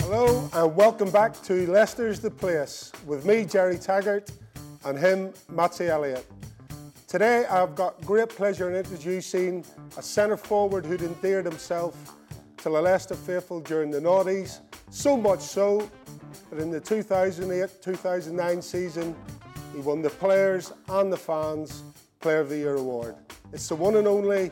Hello and welcome back to Leicester's the Place with me, Jerry Taggart, and him, Matty Elliott. Today I've got great pleasure in introducing a centre forward who'd endeared himself to the Leicester faithful during the noughties, so much so that in the 2008 2009 season he won the Players and the Fans Player of the Year award. It's the one and only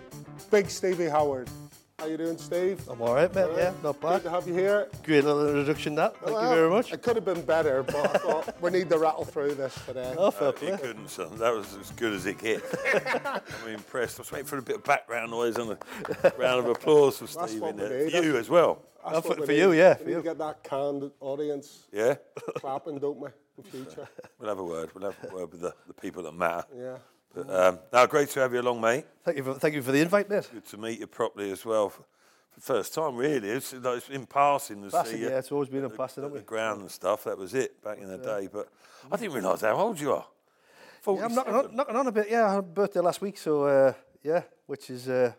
Big Stevie Howard. How you doing, Steve? I'm all right, mate. Yeah, not Good bad. to have you here. Great little introduction, that. Thank Well, you very much. It could have been better, but I thought we need to rattle through this today. Oh, fair Uh, He play. couldn't, son. That was as good as it gets. I'm impressed. I was waiting for a bit of background noise and a round of applause for That's Steve what in we there. need. For you That's- as well. That's for- what we for need. you, yeah, We for need to you. get that canned audience Yeah? clapping, don't we, in future? We'll have a word. We'll have a word with the, the people that matter. Yeah. But, um, now, great to have you along, mate. Thank you, for, thank you for the invite, mate. Good to meet you properly as well. For the first time, really. It's, like, it's in passing to Passing, see you. yeah, it's always been in at the- passing, at haven't the we? ground and stuff. That was it back in the day. But I didn't realise how old you are. Yeah, I'm knocking on, 47. knocking on a bit. Yeah, I had a birthday last week, so uh, yeah, which is uh,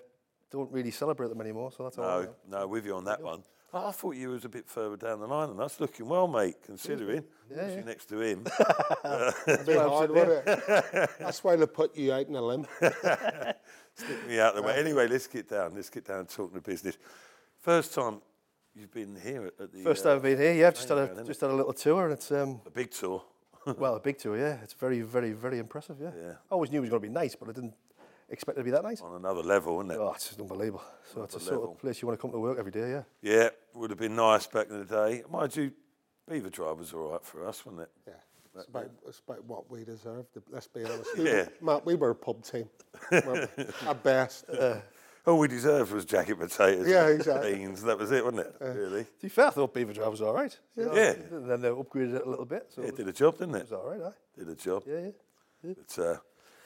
don't really celebrate them anymore. So that's all. No, no, with you on that one. I I thought you was a bit further down the line, and that's looking well, mate. Considering obviously next to him, It'd be hard, wouldn't it? That's why they put you out in a limb. me out the way. Anyway, let's get down. Let's get down and talking to business. First time you've been here at, at the First uh, time I've been here. Yeah, I've just had around, a innit? just had a little tour, and it's um, a big tour. well a big tour. Yeah, it's very, very, very impressive. Yeah. Yeah. I always knew it was going to be nice, but I didn't expect it to be that nice. on another level, isn't it? Oh, it's just unbelievable. So it's a Another sort level. of place you want to come to work every day. Yeah. Yeah, would have been nice back in the day. Mind you, Beaver Drive was all right for us, wasn't it? Yeah. It's about, it's about what we deserve, to, let's be honest. Yeah. We, Matt, we were a pub team. weren't we? At best. Uh. All we deserved was jacket potatoes, and Yeah, exactly. beans. That was it, wasn't it? really, To be fair, I thought Beaver Drive was all right. you know. Yeah. Then they upgraded it a little bit, so it it did a job, didn't it? was all right. Aye. Did a job. Yeah, yeah. But, uh,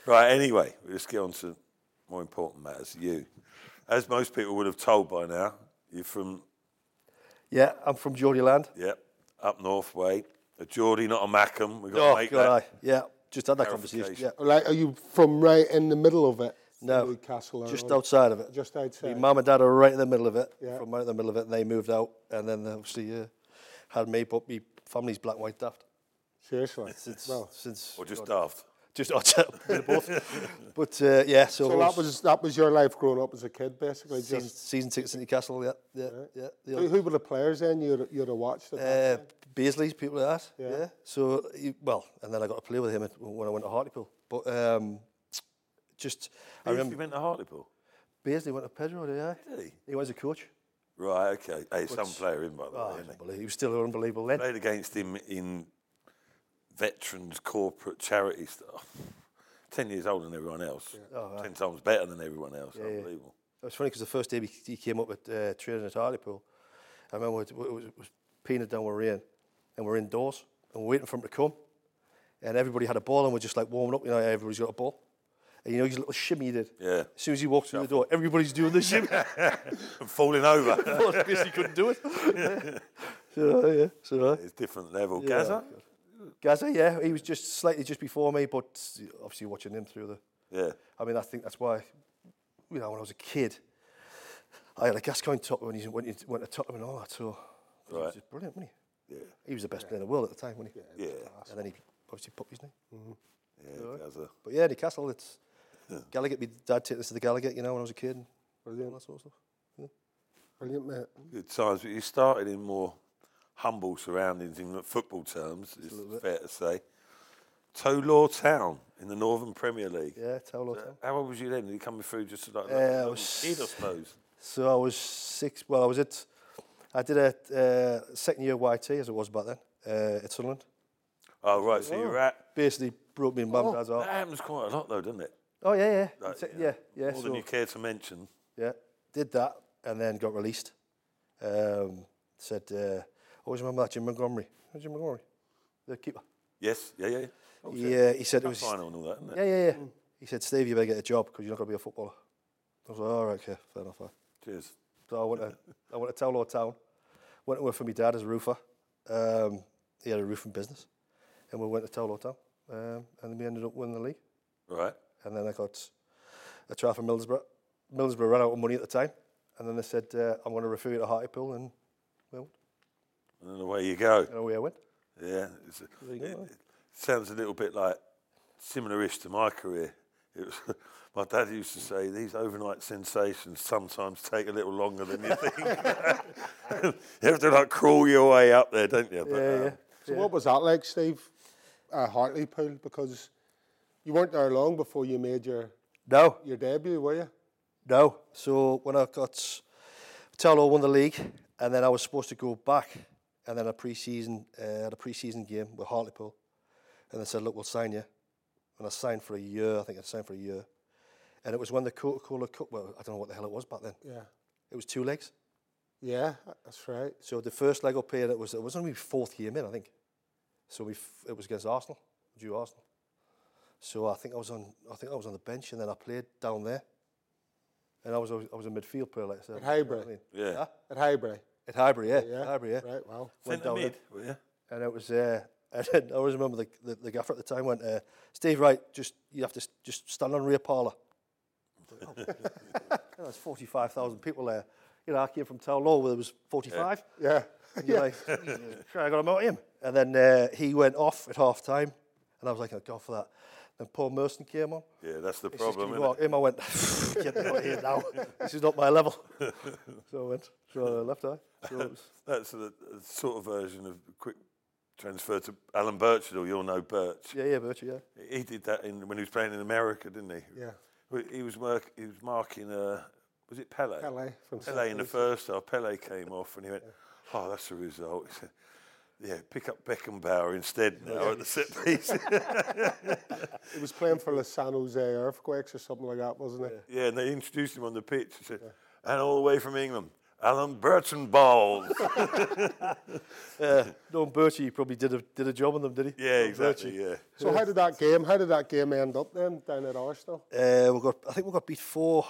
right, anyway, let's get on to more important matters. You, as most people would have told by now, you're from, Yeah, I'm from Geordie Land. yeah, up north way, a Geordie, not a Mackham. We've Oh, got to make God, that. aye. Yeah, just had that conversation. Yeah. Clarification. Like, are you from right in the middle of it? No, Newcastle. or- just outside of it. Just My outside. mum and dad are right in the middle of it. Yeah. From right in the middle of it, they moved out, and then they obviously uh, had me. But my family's black, white, daft Seriously. since Well, since Or just daft. just both. But uh, yeah, so, so that was, that was your life growing up as a kid, basically. season, Just, season tickets in Newcastle. Yeah, yeah, yeah. The who, who were the players then you'd, you'd have watched? At that Uh, Beasley's people like that. Yeah. Yeah. So he- well, and then I got to play with him at- when I went to Hartlepool. But um, just I I remember you went to Hartlepool. Beasley went to Pedro. Yeah. Did he? He was a coach. Right, okay. Hey, some player in, by the way, Oh, isn't he? unbelievable. He was still unbelievable then. Played against him in veterans corporate charity stuff. 10 years older than everyone else. Oh, 10 times better than everyone else. Unbelievable. It was funny because the first day we, he came up at uh, training at Hartlepool, I remember it, was, it was peanut down with rain, and we're indoors and we're waiting for him to come, and everybody had a ball and we're just like warming up. You know, everybody's got a ball, and you know his little shimmy he did. Yeah. As soon as he walked through the door, everybody's doing the shimmy And falling over. because he couldn't do it. so yeah, so uh, it's different level. Gaza? Gaza, yeah, he was just slightly just before me, but obviously watching him through the Yeah. I mean, I think that's why, you know, when I was a kid, I had a Gascoigne top when he went, into- went to Tottenham and all that. So 'cause he Right. was just brilliant, wasn't he? Yeah. He was the best player in the world at the time, wasn't he? Yeah. And then he obviously popped his knee. Yeah, Gaza. But yeah, Newcastle, it's Gallagher. My dad took us to the Gallagher, you know, when I was a kid. And all Brilliant. that sort of stuff. Brilliant, mate. good times, but you started in more humble surroundings in football terms, it's fair to say. Tolaw Town in the Northern Premier League. Yeah, Towlow Town. How old was you then? Were you coming through just like I a little was- kid, I suppose? So I was six. Well, I was at. I did a uh, second year YT as it was back then uh, at Sunderland. Oh, right, so you're at. Basically broke me and mum and dad's That heart. happens quite a lot, though, doesn't it? Oh yeah, yeah, Like, Se- you know, yeah, yeah. More so- than you care to mention. Yeah, did that and then got released. Um, said, uh, always remember that Jim Montgomery. Remember Jim Montgomery, the keeper. Yes, yeah, yeah. Oh, shit. Yeah, he said it Cup was. final and all that, isn't it? Mm. Yeah, yeah, yeah. He said, Steve, you better get a job because you're not going to be a footballer. I was like, all right, okay, fair enough. aye." Cheers. So I went to I went to Towlow Town. Went to work for my dad as a roofer. Um, he had a roofing business, and we went to Towlow Town, um, and we ended up winning the league. Right. And then I got a trial for Middlesbrough, Middlesbrough ran out of money at the time, and then they said, uh, "I'm going to refer you to Hartlepool," and well, And then away you go. and away I went. Yeah, it's a, you it, go, it sounds a little bit like similar-ish to my career. It was, my dad used to say these overnight sensations sometimes take a little longer than you think. you have to like crawl your way up there, don't you? But, um, So what was that like, Steve? Uh, Hartlepool, because you weren't there long before you made your, No, your debut, were you? No. So when I got Tello won the league, and then I was supposed to go back, and then a pre-season uh, had a pre-season game with Hartlepool, and they said, "Look, we'll sign you." And I signed for a year. I think I signed for a year, and it was when the Coca-Cola Cup. Well, I don't know what the hell it was back then. Yeah. It was two legs. Yeah, that's right. So the first leg up here, it was it was only my fourth game in, I think. So we f- it was against Arsenal, due Arsenal. So I think I was on I think I was on the bench and then I played down there. And I was always- I was a midfield player, like I said. At Highbury? You know what I mean? Yeah. Huh? At Highbury. At Highbury, yeah. Yeah. Highbury, yeah. Right, wow. Went Centre down mid, it, were you? and it was uh, and I always remember the, the, the gaffer at the time went, uh, Steve Wright, just you have to s- just stand on rear parlour. I was like, "Oh." You know, There's forty five thousand people there. You know, I came from Town Law where there was forty five. Yeah. And you're like, "Jesus Christ, I got a motor him. And then uh, he went off at half time, and I was like, oh, God for that. Then Paul Merson came on. Yeah, that's the He says, problem. "Can you innit? walk him? I went, get me out of here now. This is not my level. So I went, so I left eye. So it was, That's the the sort of version of quick transfer to Alan Birchall. or You'll know Birch. yeah, yeah, virtually, yeah. He did that in, when he was playing in America, didn't he? Yeah. Well, He was work. He was marking. Uh, was it Pele? Pele from Pele in the first half. Pele came off and he went, "Oh, that's the result." He said, "Yeah, pick up Beckenbauer instead now at the set piece." He was playing for the San Jose Earthquakes or something like that, wasn't it? yeah, and they introduced him on the pitch. He said, "And all the way from England, Alan Birchenball." Uh, no, Bertie probably did a, did a job on them, did he? yeah, exactly. Yeah. So how did that game? How did that game end up then down at Arsenal? Uh, we got, I think we got beat 4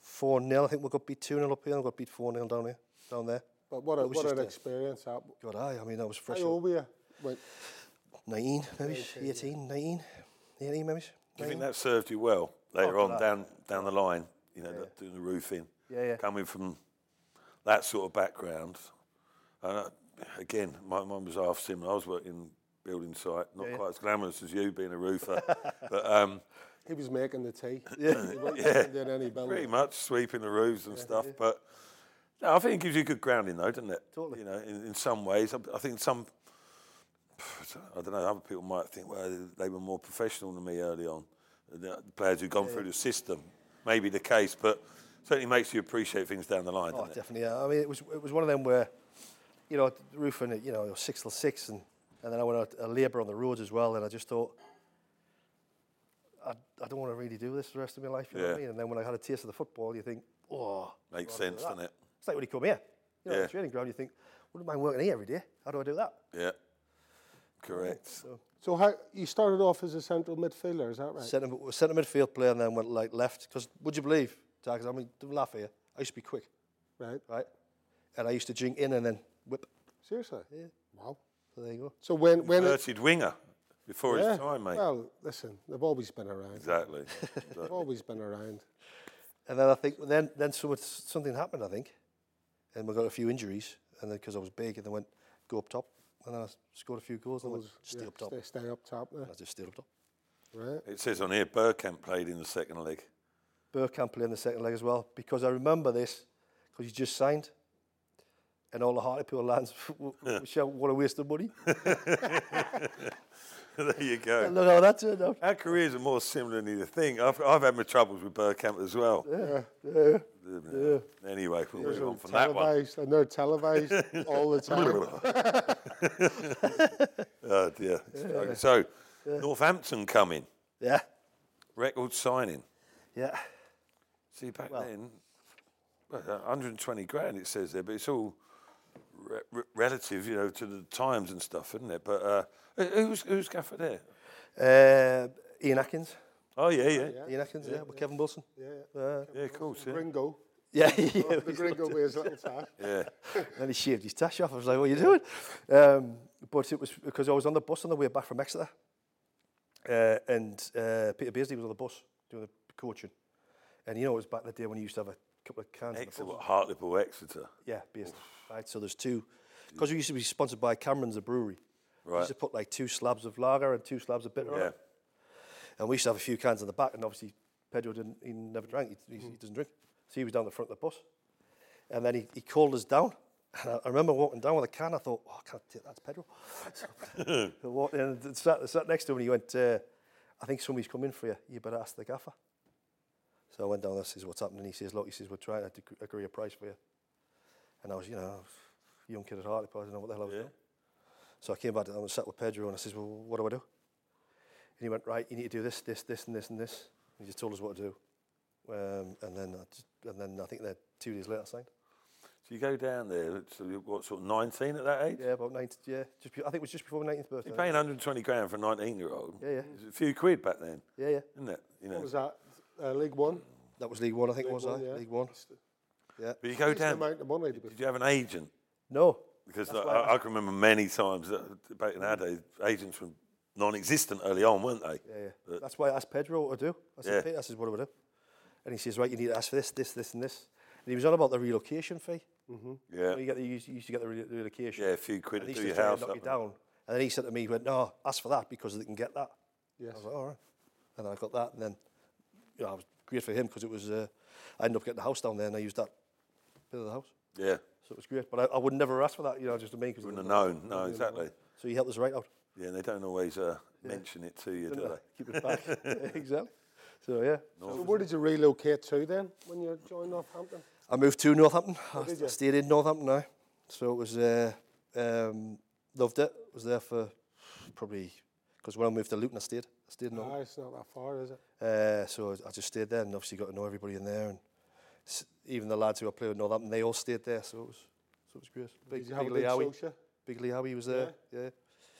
4 nil. I think we got beat 2 nil up here, and we got beat 4 nil down here, down there. But what a, was what just an a- experience that. God, I, I mean, I was How fresh. old were you? When- 19, maybe, 18, 19, 18, maybe. Do you think that served you well later Oh, on God. down down the line? You know, that- doing the roofing. Yeah, yeah. Coming from that sort of background, and I, again, my mum was half similar. I was working building site, not quite as glamorous as you being a roofer, but um, He was making the tea. Yeah. He wasn't doing any pretty building. much sweeping the roofs and stuff. But no, I think it gives you good grounding, though, doesn't it? Totally. You know, in, in some ways, I, I think some. I don't know. Other people might think, well, they were more professional than me early on. The players who've gone through the system, maybe the case, but certainly makes you appreciate things down the line. Oh, doesn't it? definitely. Yeah. I mean, it was it was one of them where, you know, roofing it, you know, it was six till six, and, and then I went out a labour on the roads as well, and I just thought, I, I don't want to really do this the rest of my life. You know what I Yeah. mean? And then when I had a taste of the football, you think, oh, Makes sense, doesn't it? it's like when you come here, you know, Yeah. the training ground, you think, wouldn't mind working here every day. How do I do that? Yeah. Correct. So how you started off as a central midfielder, is that right? Centre, centre midfield player, and then went like left. Because would you believe, Tigers? I mean, don't laugh here. I used to be quick, right. right? And I used to jink in and then whip. Seriously. Yeah. Wow. So there you go. So when when it, Inverted winger before yeah, his time, mate. Well, listen, they've always been around. exactly. They've always been around. And then I think then then some, something happened, I think, and we got a few injuries, and then because I was big, and they went go up top, and then I scored a few goals, and I went stay Yeah, up top, Stay, stay up top there. and I just stayed up top. Right. it says on here Burkamp played in the second leg. Burkamp played in the second leg as well because I remember this because he just signed, and all the Hartlepool lads w- w- shout, "What a waste of money!" there you go. And look how that turned out. Our careers are more similar than you think. I've, I've had my troubles with Burkamp as well. Yeah. Anyway, we'll move on from that one. televised, and they're televised all the time. oh dear. So, Northampton coming, yeah, record signing. yeah, See, back then, well, 120 grand it says there, but it's all re- re- relative, you know, to the times and stuff, isn't it? But uh, who- who's who's gaffer there? Uh, Ian Atkins, Oh yeah, yeah, Ian Atkins, yeah, with Kevin Wilson. Yeah. Uh, yeah, of course, yeah. Gringo. yeah, yeah. The Gringo with his little tie. yeah. And he shaved his tash off. I was like, what are you doing? Um, but it was because I was on the bus on the way back from Exeter. Uh, and uh, Peter Beasley was on the bus doing the coaching. And you know, it was back in the day when you used to have a couple of cans. in the Exeter, bottom. what, Hartlepool, Exeter. Yeah, based. Right, so there's two. Because we used to be sponsored by Cameron's, a brewery. We Right. used to put like two slabs of lager and two slabs of bitter on Yeah. it. And we used to have a few cans in the back, and obviously Pedro didn't, he never drank, he, he, he doesn't drink. So he was down the front of the bus. And then he, he called us down. And I, I remember walking down with a can, I thought, oh, I can't take that's Pedro. So I walked in and sat, sat next to him, and he went, uh, I think somebody's come in for you, you better ask the gaffer. So I went down there, says, what's happening? He says, look, he says, we're trying to ag- agree a price for you. And I was, you know, I was a young kid at heart, I didn't know what the hell I was doing. So I came back to them and sat with Pedro and I says, well, what do I do? And he went, right, you need to do this, this, this, and this, and this. And he just told us what to do. Um, and then I just, and then I think that two days later I signed. So you go down there, so you what, sort of 19 at that age? Yeah, about 19, yeah. Just be, I think it was just before my 19th birthday. You're paying 120 grand for a 19 year old. Yeah, yeah. It's a few quid back then, Yeah, yeah. isn't it? You know. What was that? Uh, League One? That was League One, I think it League was, One, I. yeah. League One. But you go It's the down. amount of money to be Did you have an agent? No. Because like, I, I can remember many times that back in our day, agents were non-existent early on, weren't they? Yeah, yeah. But- That's why I asked Pedro what to do. I said, Uh, Yeah. Peter, I says, what do I do? And he says, right, you need to ask for this, this, this, and this. And he was on about the relocation fee. yeah, When You, get the, you used- you used to get the re- relocation. yeah. A few quid And to he do used to your try and house knock up. you down. And then he said to me, he went, no, ask for that because they can get that. I Oh, was like, all right. And then I got that. And then, you know, I was great for him because it was, uh, I ended up getting the house down there and I used that bit of the house. Yeah, So it was great. But I, I would never ask for that, you know, just to me. Cause wouldn't have known. No, exactly. So he helped us right out. Yeah, they don't always uh, mention it to you, do they? Keep it back. exactly. So, yeah. So where did you relocate to then when you joined Northampton? I moved to Northampton. I, did I you? stayed in Northampton now. So it was, uh, um, loved it. Was there for probably, because when I moved to Luton, I stayed. I stayed in Northampton. No, it's not that far, is it? Uh, so I just stayed there and obviously got to know everybody in there. And s- even the lads who I played with Northampton, they all stayed there. So it was, so it was great. Big, Did you have a Big good Lee Howie. social? Big Lee Howie was there. Yeah.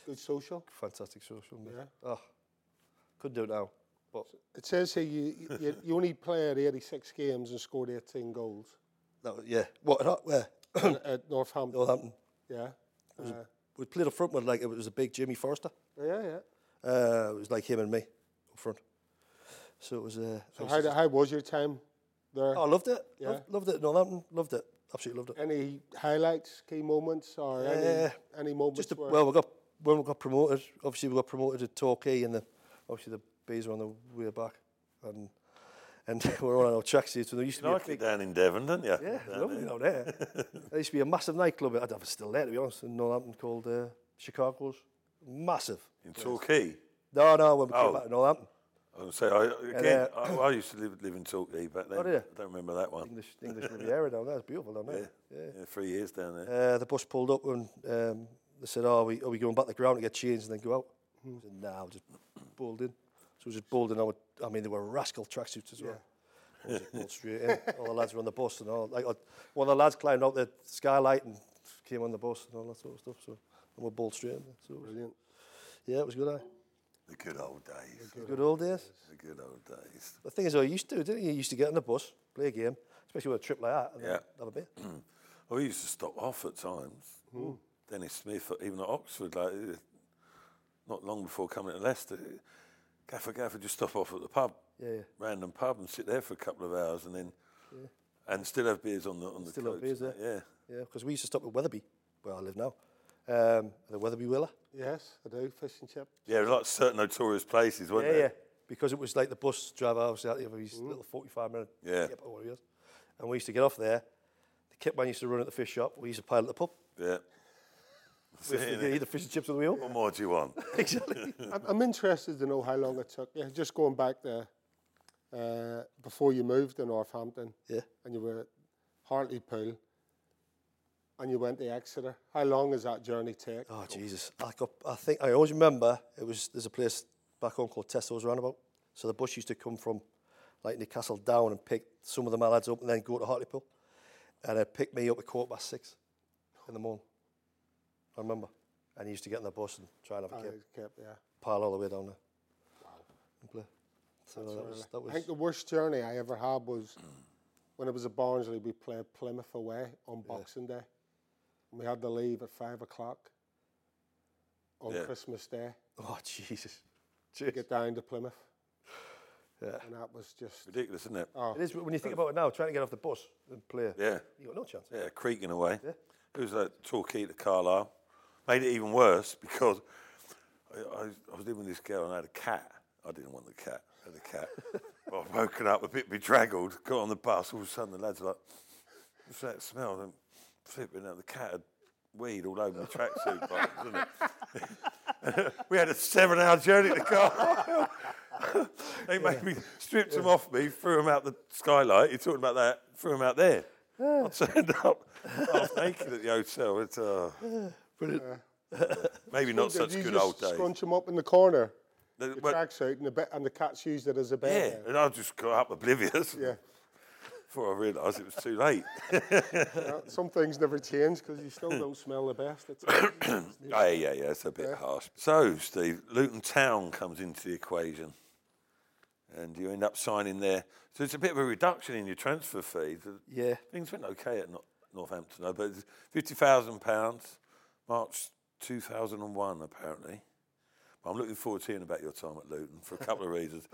Good social? Fantastic social. mate. Yeah. Oh, couldn't do it now. But It says here you, you, you only played 86 games and scored 18 goals that was, yeah. What? at Hart- Where? in- at Northampton. Northampton. Yeah. Uh, We played up front with like it was a big Jimmy Forrester. yeah, yeah. Uh, it was like him and me up front. So it was. Uh, So it was how, just- did- how was your time there? oh, I loved it. Yeah. Loved, loved it. at Northampton. Loved it. Absolutely loved it. Any highlights, key moments, or Yeah. any, any moments Just a, where well, we got when we got promoted. Obviously, we got promoted to Torquay, and the obviously the bees were on the way back, and and we were on our tracksuits. And there used to You be liked it down in Devon, didn't you? a, yeah, Down lovely there. down there. there used to be a massive nightclub. I'd have it still there to be honest. In Northampton called uh, Chicago's, massive. In Torquay. No, no, when we Oh. came back to Northampton, I would say, I, again, I, I used to live, live in Torquay back then. Oh, did you? I don't remember that one. English English Riviera down there. It's beautiful down there. Yeah, three years down there. Uh, the bus pulled up and um, they said, "Oh, are we, are we going back to the ground to get changed and then go out?" I said, "Nah, I'll just bowled in." So we just bowled in. I, would, I mean, they were rascal tracksuits as well. I was just bowled straight in. All the lads were on the bus and all. Like I, one of the lads climbed out the skylight and came on the bus and all that sort of stuff. So and we bowled straight in. There. So it was- Brilliant. yeah, it was good. Eh? The good old days. Good old days. The good old days. The thing is, I used to, didn't you? You used to get on the bus, play a game, especially with a trip like that, and then Yeah. have a bit. Well, we used to stop off at times. Hmm. Dennis Smith, even at Oxford, like uh, not long before coming to Leicester, Gaffer Gaffer just stop off at the pub, Yeah, yeah. random pub, and sit there for a couple of hours, and then and still have beers on the on Still the have coach. beers, and yeah. that, Yeah, because we used to stop at Weatherby, where I live now. Um, the Weatherby Willer. Yes, I do. Fish and chip. yeah, yeah. Like certain notorious places, weren't Yeah, they? yeah. Because it was like the bus driver obviously had to have his little 45 minute Yeah. skip or whatever it is. And we used to get off there. The kit man used to run at the fish shop. We used to pile at the pub. Yeah, yeah. That's We it, used to innit? get either fish and chips on the wheel. What more do you want? exactly. I'm, I'm interested to know how long it took. Yeah, just going back there, uh, before you moved to Northampton Yeah. and you were at Hartlepool and you went to Exeter, how long does that journey take? Oh, Jesus. I, got, I think I always remember it was there's a place back home called Tesco's Roundabout. So the bus used to come from like Newcastle down and pick some of the lads up and then go to Hartlepool. And it picked me up at quarter past six in the morning. I remember. And he used to get on the bus and try and have a I kip. Oh, kept- yeah. pile all the way down there. Wow. And play. So that was, that I was think the worst journey I ever had was when it was at Barnsley, we played Plymouth away on Boxing Day. And we had to leave at five o'clock on Yeah. Christmas Day oh Jesus. to get down to Plymouth. and that was just Ridiculous, isn't it? It is when you think about it now, trying to get off the bus and play. Yeah. You got no chance. Yeah, creaking away. It was a tall key to Carlisle. Made it even worse because I, I, was- I was living with this girl and I had a cat. I didn't want the cat. I had a cat. well, I've woken up a bit bedraggled, got on the bus. All of a sudden, the lads are like, what's that smell? And flipping out, the cat had weed all over my tracksuit bottoms, didn't it? we had a seven hour journey to Carlisle. they made me, stripped them off me, threw them out the skylight. You're talking about that, threw them out there. I turned up half naked at the hotel. It's, uh, Brilliant. maybe not such you good just old days. Scrunch them up in the corner, They- the well, tracksuit, and the be- and the cats used it as a yeah, bed. and I just got up oblivious Yeah. before I realised it was too late. Uh, Some things never change because you still don't smell the best. It's Oh, yeah, yeah, it's a bit harsh. So, Steve, Luton Town comes into the equation and you end up signing there. So it's a bit of a reduction in your transfer fee. The- Yeah. Things went okay at Nor- Northampton, though, but it's £50,000, March 2001, apparently. I'm looking forward to hearing about your time at Luton for a couple of reasons.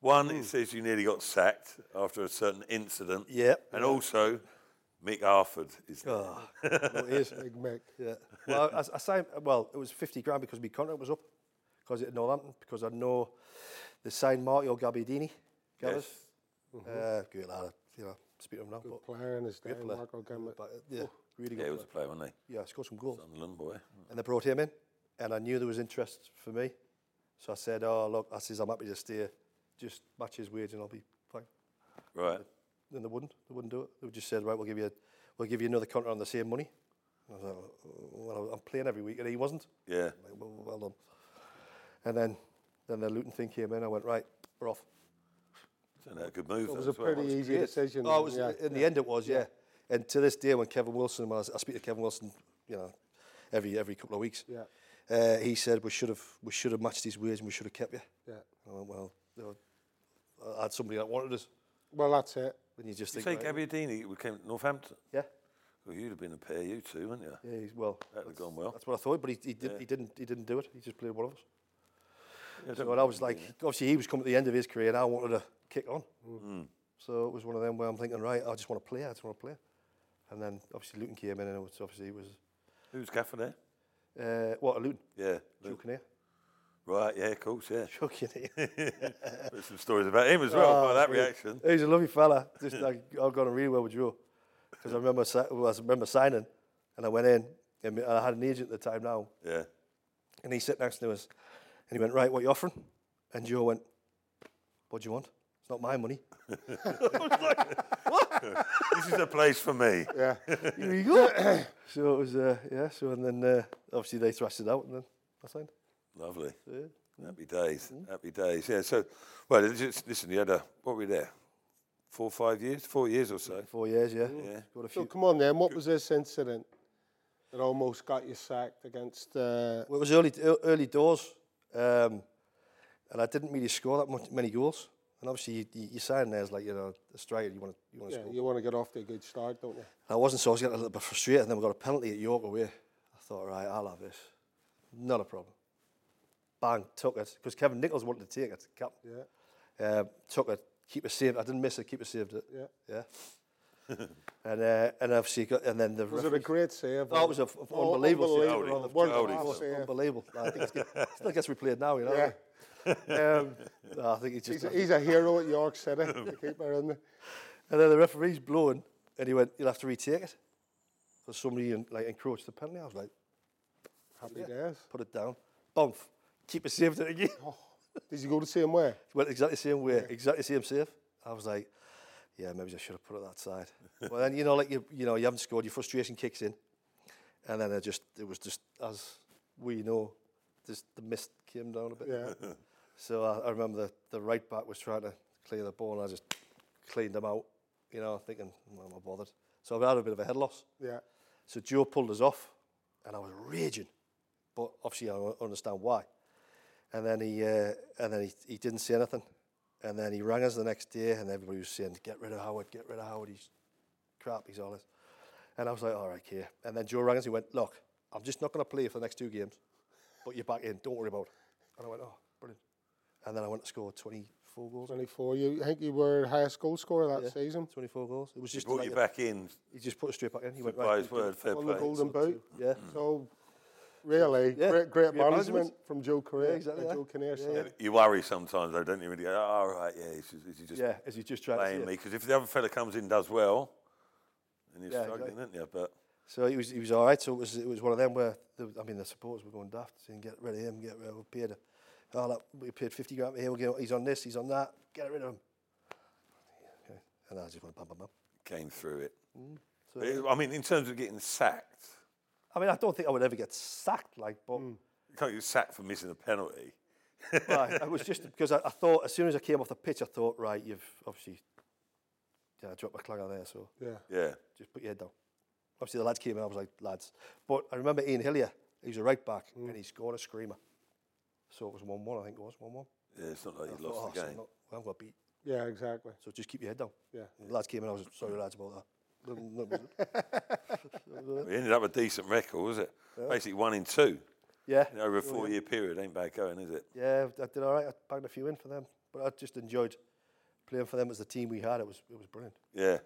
One, it says you nearly got sacked after a certain incident. Yep. And also, Mick Arford is there. Oh, no, it is. Big Mick. Yeah. Well, I, I signed, well, it was 50 grand because my contract was up because it had Northampton, because I know they signed Mario Gabbiadini. Yes. Yes. Uh, great lad, you know, speak to him now. But, Player and his day, player. Marco Gambit. but, uh, yeah, really Yeah, good. he Yeah, was a player, wasn't yeah, scored some goals. he? Sunderland boy. And they brought him in, and I knew there was interest for me. So I said, oh, look, I says, I'm happy to stay. Just match his wage and I'll be fine. Right. Then they wouldn't. They wouldn't do it. They just said, right, we'll give you, a, we'll give you another contract on the same money. And I was like, well, I'm playing every week, and he wasn't. Yeah. Like, well, well done. And then, then the Luton thing came in. I went right, we're off. Turned out a good move. It though, was a as well, pretty wasn't easy decision. Oh, it was, yeah. in the end, it was yeah. And to this day, when Kevin Wilson, when I, s- I speak to Kevin Wilson, you know, every every couple of weeks, Yeah. uh, he said we should have we should have matched his ways and we should have kept you. yeah. And I went, well, you know, I had somebody that wanted us. Well, that's it. Then you just You think, say right, Gabbiadini we came to Northampton. yeah, Well, you'd have been a pair, you two, wouldn't you? yeah, he's well. That'd have gone well. That's what I thought, but he, he, did, Yeah. he didn't. He didn't do it. He just played one of us. Yeah, So don't- and I was like, obviously he was coming at the end of his career, and I wanted to kick on. Hmm. So it was one of them where I'm thinking, right, I just want to play. I just want to play. And then obviously Luton came in, and it was obviously it was Who was Gaffer there? uh, what a Luton. Yeah. Joe Luke. Kinnear. Right, yeah, of course, yeah. Joe Oh, Kinnear. There's some stories about him as well, by that reaction. He's a lovely fella. Just like I got on really well with Joe because I remember si- well, I remember signing, and I went in, and me- I had an agent at the time now, Yeah. and he sat next to us, and he went, right, what you offering? And Joe went, what do you want? It's not my money. this is a place for me. Yeah. Here you go. so it was, uh, yeah. So and then uh, obviously they thrashed it out, and then I signed. Lovely. Yeah. Happy days. Happy days. Yeah, so, well, it's just, listen, you had a, what were we there? Four, five years? Four years or so. Four years, yeah. Yeah. Got a few. So come on then. What was this incident that almost got you sacked against? Uh, Well, it was early ear- early doors, um, and I didn't really score that much, many goals. And obviously, you, you, you sign there as like you know a striker. You want to you want to yeah, score. you want to get off to a good start, don't you? I wasn't, so I was getting a little bit frustrated. And then we got a penalty at York away. I thought, right, I'll have this. Not a problem. Bang, took it because Kevin Nichols wanted to take it. Cap, Yeah. uh, took it. Keeper saved. I didn't miss it. Keeper saved it. Yeah. Yeah. and uh, and obviously got, and then the Was it referee- a great save? Oh, it was a f- unbelievable, save. unbelievable. Goldie. World Goldie. class save. Unbelievable. I think it's get, still gets replayed now, you know. Yeah. Um, no, I think it's He's oh, just. a, he's a hero at York City. the keeper, isn't he? and then the referee's blowing, and he went, "You'll have to retake it." Because somebody en- like encroached the penalty. I was like, Happy days. "Put it down." Bump. Keeper saved it again. Did you go the same way? Went exactly the same way, exactly the same save. I was like, "Yeah, maybe I should have put it that side." well, then you know, like you, you know, you haven't scored. Your frustration kicks in, and then I just, it was just as we know, just the mist came down a bit. Yeah. So I, I remember the, the right back was trying to clear the ball, and I just cleaned him out, you know, thinking, well, I'm not bothered. So I had a bit of a head loss. Yeah. So Joe pulled us off, and I was raging, but obviously I don't understand why. And then he uh, and then he, he didn't say anything, and then he rang us the next day, and everybody was saying, "Get rid of Howard, get rid of Howard. He's crap. He's all this." And I was like, "All right, here." And then Joe rang us. He went, "Look, I'm just not going to play for the next two games, but you're back in. Don't worry about it." And I went, "Oh, brilliant." And then I went to score 20, 24 goals. 24. You I think you were highest goal scorer that Yeah. season. 24 goals. It was He just brought like you a- back in He just put it straight back in. He went by right. his word, fair Won the play. golden boot. Yeah. So really, great, Yeah. great Great management, management. from Joe Carrera. Yeah, exactly, uh, yeah. Joe Kinnear, sorry. You worry sometimes, though, don't you? When you go, oh, all right, yeah, he's just, he's just Yeah, as he just tried to playing see me. it. Because if the other fella comes in and does well, then you're Yeah, struggling, exactly. aren't you? But So he was he was all right. So it was it was one of them where the, I mean the supporters were going daft saying get rid of him, get rid of him. We paid a- all that we paid fifty grand here. We get, he's on this, he's on that. Get rid of him. Okay. And I just went bam bam bam. came through it. So, But it- I mean, in terms of getting sacked, I mean I don't think I would ever get sacked like, but you can't get sacked for missing a penalty. right, it was just because I, I thought as soon as I came off the pitch, I thought right, you've obviously yeah, I dropped my clanger there, so Yeah. Yeah. just put your head down. Obviously, the lads came in, I was like, lads. But I remember Ian Hillier, he was a right back, and he scored a screamer. So it was 1 1, I think it was 1 1. Yeah, it's not like you lost the game. So I'm going to beat. Yeah, exactly. So just keep your head down. Yeah. And the lads came in, I was sorry, lads, about that. Nothing- nothing was- We ended up with a decent record, was it? Basically, one in two yeah. in over a four year period. Ain't bad going, is it? Yeah, I did all right. I bagged a few in for them, but I just enjoyed playing for them as the team we had. It was, it was brilliant. Yeah.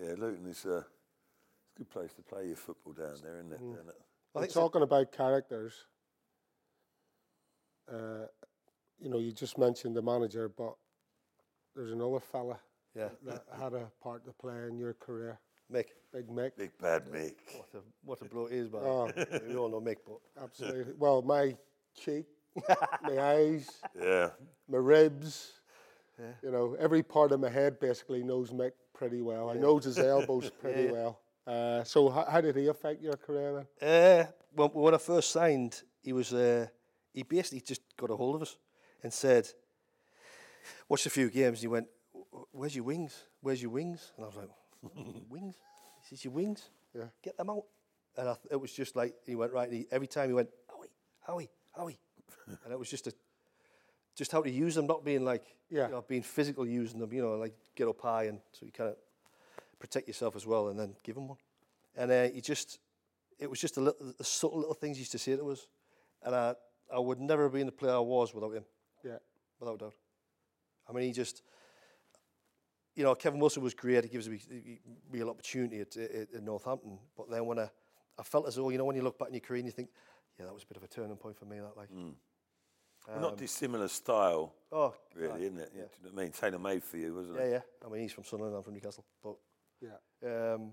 Yeah, Luton is uh, it's a good place to play your football down there, isn't it? Down at- I We're think so. talking about characters. Uh, you know, you just mentioned the manager, but there's another fella Yeah. that had a part to play in your career, Mick. Big Mick. Big bad Mick. What a, what a bloke he is, man. Oh. We all know Mick, but Absolutely. well, my cheek, my eyes, Yeah. my ribs. You know, every part of my head basically knows Mick pretty well. I knows his elbows pretty well. Uh, so, how, how did he affect your career then? Uh, when, when I first signed, he was uh, he basically just got a hold of us and said, "Watched a few games." And he went, "Wh- "Where's your wings? Where's your wings?" And I was like, "Wings?" He says, "Your wings? Yeah. Get them out." And I th- it was just like he went right. And he, every time he went, "Howie, Howie, Howie," and it was just a just how to use them, not being like Yeah. you know, being physical using them. You know, like get up high and so you kind of protect yourself as well, and then give him one. And uh, he just, it was just the, little, the subtle little things he used to say to us, and I, I would never have been the player I was without him, Yeah. without doubt. I mean, he just, you know, Kevin Wilson was great. He gives me me real opportunity at, at, at Northampton, but then when I, I felt as though, you know, when you look back in your career and you think, yeah, that was a bit of a turning point for me. That like, Mm. Well, not dissimilar style, oh, really, aye. isn't it? Um, Yeah. Do you know what I mean? Tailor made for you, wasn't yeah, it? yeah. I mean, he's from Sunderland, I'm from Newcastle, but Yeah. Um,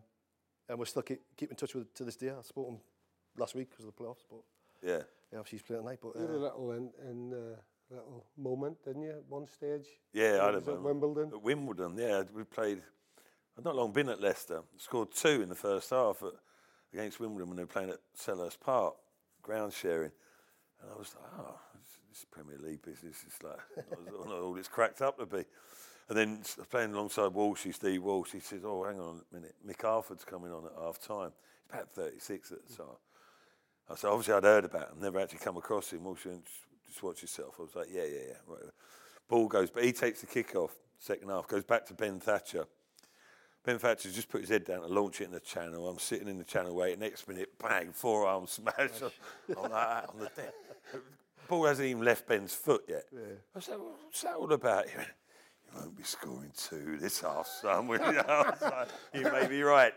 and we're still keep, keep in touch with to this day. I spoke to him last week because of the playoffs, but Yeah. yeah, obviously he's playing tonight. But You had a uh, little in, in uh, little moment, didn't you? At one stage. Yeah, I It don't was at know. Wimbledon. At Wimbledon, yeah, we played. I'd not long been at Leicester. Scored two in the first half at, against Wimbledon when they were playing at Selhurst Park, ground sharing. And I was like, oh, this, this Premier League business is like not, not all it's cracked up to be. And then s- playing alongside Walshy, Steve Walsh, he says, oh, hang on a minute, Mick Arford's coming on at half time. He's about 36 at the time. I said, obviously I'd heard about him, never actually come across him. Walsh went, just, just watch yourself. I was like, yeah, yeah, yeah. Right. Ball goes, but he takes the kick off, second half, goes back to Ben Thatcher. Ben Thatcher's just put his head down to launch it in the channel. I'm sitting in the channel waiting. Next minute, bang, forearm smash. I'm like that on the deck. Ball hasn't even left Ben's foot yet. I said, well, what's that all about? He went, you won't be scoring two this half, son. will you?" I was like, you may be right.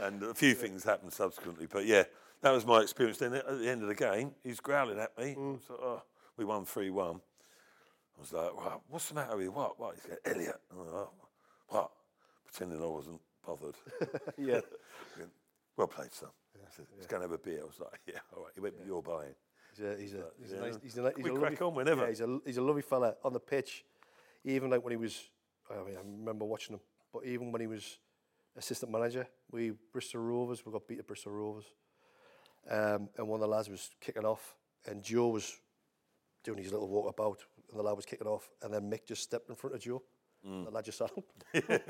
and a few things happened subsequently. But yeah, that was my experience. Then at the end of the game, he's growling at me. Mm. I was like, oh, we won 3 1. I was like, right, what's the matter with you? What? What? He's going, Elliot. I'm like, "Oh, what? Pretending I wasn't bothered. yeah, He went, well played, son. I said, He's going to have a beer. I was like, yeah, all right. He went, but you're buying. he's a he's a he's a Yeah. nice, he's a, ni- he's We a crack lovely, on whenever. Yeah, he's a he's a lovely fella on the pitch. Even like when he was, I mean, I remember watching him. But even when he was assistant manager, we Bristol Rovers, we got beat at Bristol Rovers, um, and one of the lads was kicking off, and Joe was doing his little walkabout, and the lad was kicking off, and then Mick just stepped in front of Joe. Mm. The lad just sat him.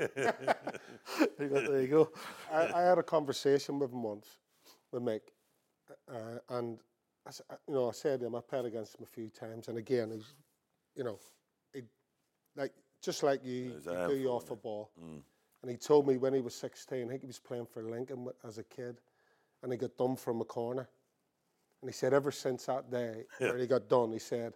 He went, there you go. I, I had a conversation with him once, with Mick, uh, and I, s- I- you know I said to him I played against him a few times, and again he's, you know, he, like just like you, There's you a do you handful, off a ball. And he told me when he was 16, I think he was playing for Lincoln wi- as a kid, and he got done from a corner. And he said ever since that day where he got done, he said,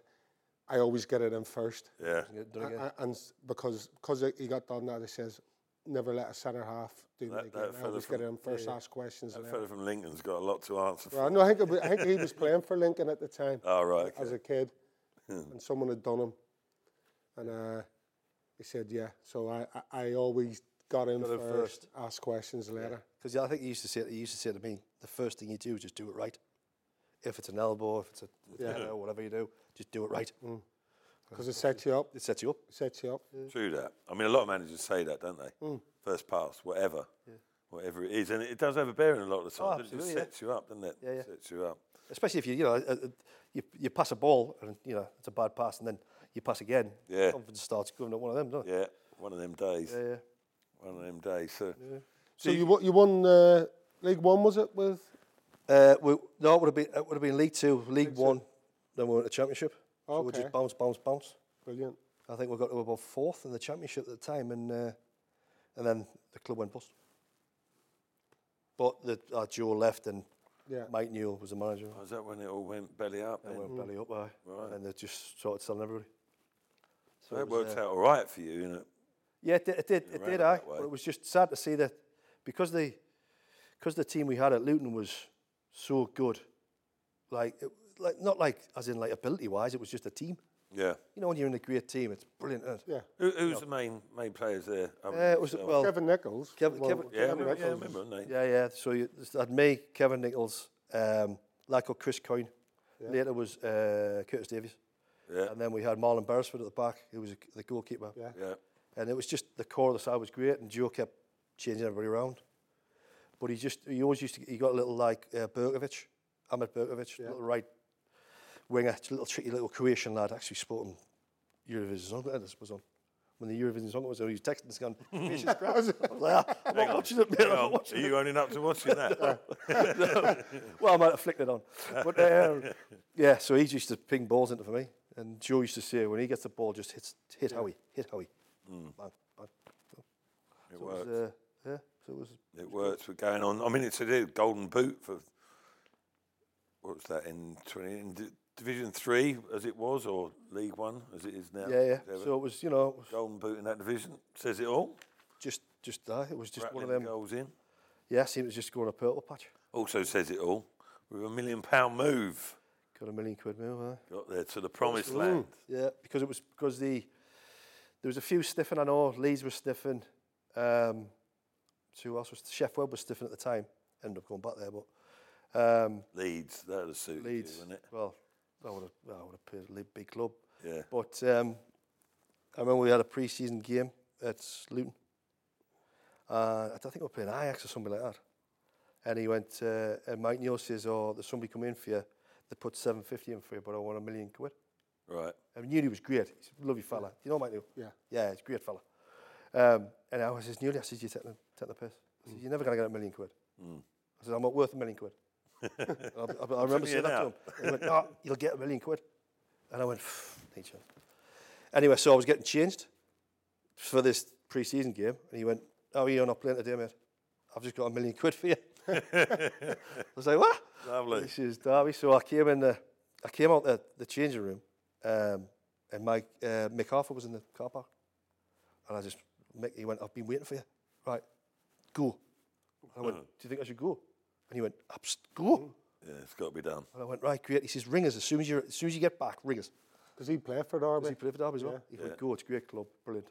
I always get it in first. Yeah. Get done A- again. a- and s- because because he got done that, he says, never let a centre half do that, That- again. that I fella always get from- it in first, ask questions. and That everything. fella from Lincoln's got a lot to answer for. Well, no, I think, it was, I think he was playing for Lincoln at the time Oh, right. as okay. Hmm. a kid, and someone had done him, and uh, he said, "Yeah." So I, I, I always got in in first, ask questions later. Because I think he used to say he used to say to me, the first thing you do is just do it right. If it's an elbow, if it's a Yeah. you know, whatever you do, just do it right. because it sets you up. It sets you up. It sets you up. True that. I mean, a lot of managers say that, don't they? Mm. First pass, whatever. Whatever it is. And it does have a bearing a lot of the time. doesn't it? Oh, absolutely, it yeah. sets you up, doesn't it? yeah. sets you up. Especially if you you know uh, uh, you, you pass a ball and you know it's a bad pass and then you pass again. Yeah. Confidence starts going up one of them, doesn't it? Yeah. One of them days. Yeah. yeah. One of them days. So, So you won, you won uh, League One, was it? With Uh, we, no, it would have been it would have been League Two, League One, then we went to Championship. So we Okay. just bounce, bounce, bounce. brilliant. I think we got to about fourth in the Championship at the time, and uh, and then the club went bust. But the, uh, Joe left, and Yeah. Mike Newell was the manager. was that when it all went belly up? And then? went belly up, aye. Right. and they just started selling everybody. So it was, worked uh, out all right for you, innit? Yeah, it did. It did, it around did it aye. that way. But it was just sad to see that because the because the team we had at Luton was so good, like it, like not like as in like ability wise, it was just a team. Yeah. You know, when you're in a great team, it's brilliant. Isn't it? Yeah, Who, who's the main main players there? Um, Yeah, Uh, it was so- well. Kevin Nichols. Kevin- won- Kevin- yeah, I remember, yeah, I remember, was- wasn't they? Yeah, yeah. So you just had me, Kevin Nichols, um, like called Chris Coyne. Later was uh, Curtis Davies. Yeah. And then we had Marlon Beresford at the back, who was a, the goalkeeper. Yeah. Yeah. And it was just the core of the side was great, and Joe kept changing everybody around. But he just he always used to he got a little like uh, Berkovic, Ahmed Berkovic, little right winger, just a little tricky little Croatian lad. Actually, spoke him Eurovision song contest was on. When the Eurovision song was on, he was texting us going, "Croatia's crap." I was like, "Ah, I'm not watching it, mate. I'm Well, not watching are it." you owning up to watching that? Well, I might have flicked it on. But um, yeah, so he used to ping balls into for me. And Joe used to say, when he gets the ball, just hits, hit Howie, hit Howie. Bang, bang. it So it Hmm. worked. was, uh, yeah, so it was It worked. We're going on. I mean, it's a deal, golden boot for what was that in twenty in D- Division Three as it was, or League One as it is now. Yeah, yeah. Whatever. So it was, you know, golden boot in that division says it all. just just that. It was just Rattling one of them. goals in Yeah, seemed to just score a purple patch. also says it all. With a million pound move, Got a million quid move. Huh? got there to the promised land. Yeah, because it was because the there was a few sniffing. I know Leeds were sniffing. Um, so who else was Chef Webb was sniffing at the time. Ended up going back there, but um, Leeds, that'd have suited Leeds. you, wouldn't it? Well, I would have, well, I would have played a li- big club. Yeah. But um, I remember we had a pre-season game at Luton. Uh, I think we were playing Ajax or something like that. And he went, uh, and Mike Neal says, "Oh, there's somebody come in for you. They put 750 in for you, but I want a million quid." Right. I knew he was great. He's a lovely fella. Do you know Mike Neal? Yeah. Yeah, he's a great fella. Um, and I was his newly. I said, "You're taking, the- taking the piss." I said, "You're never going to get a million quid." Mm. I said, "I'm not worth a million quid." And I, I, I remember you saying that to now. him. He went, "No, you'll get a million quid." And I went, "Need you." Anyway, so I was getting changed for this pre-season game, and he went, "Oh, you're not playing today, mate. I've just got a million quid for you." I was like, "What?" Lovely. This is Derby. So I came in the, I came out the, the changing room, um, and Mike uh, Mick Harper was in the car park, and I just Mick he went, I've been waiting for you. Right, go. And I went, Uh-huh. Do you think I should go? And he went, Abs- go. Mm-hmm. Yeah, it's got to be done. And I went, right, great. He says, ring us as soon as you as soon as you get back, ring us. Does he play for Does he Derby? play for Derby as well? Yeah. He went, go, it's a great club, brilliant.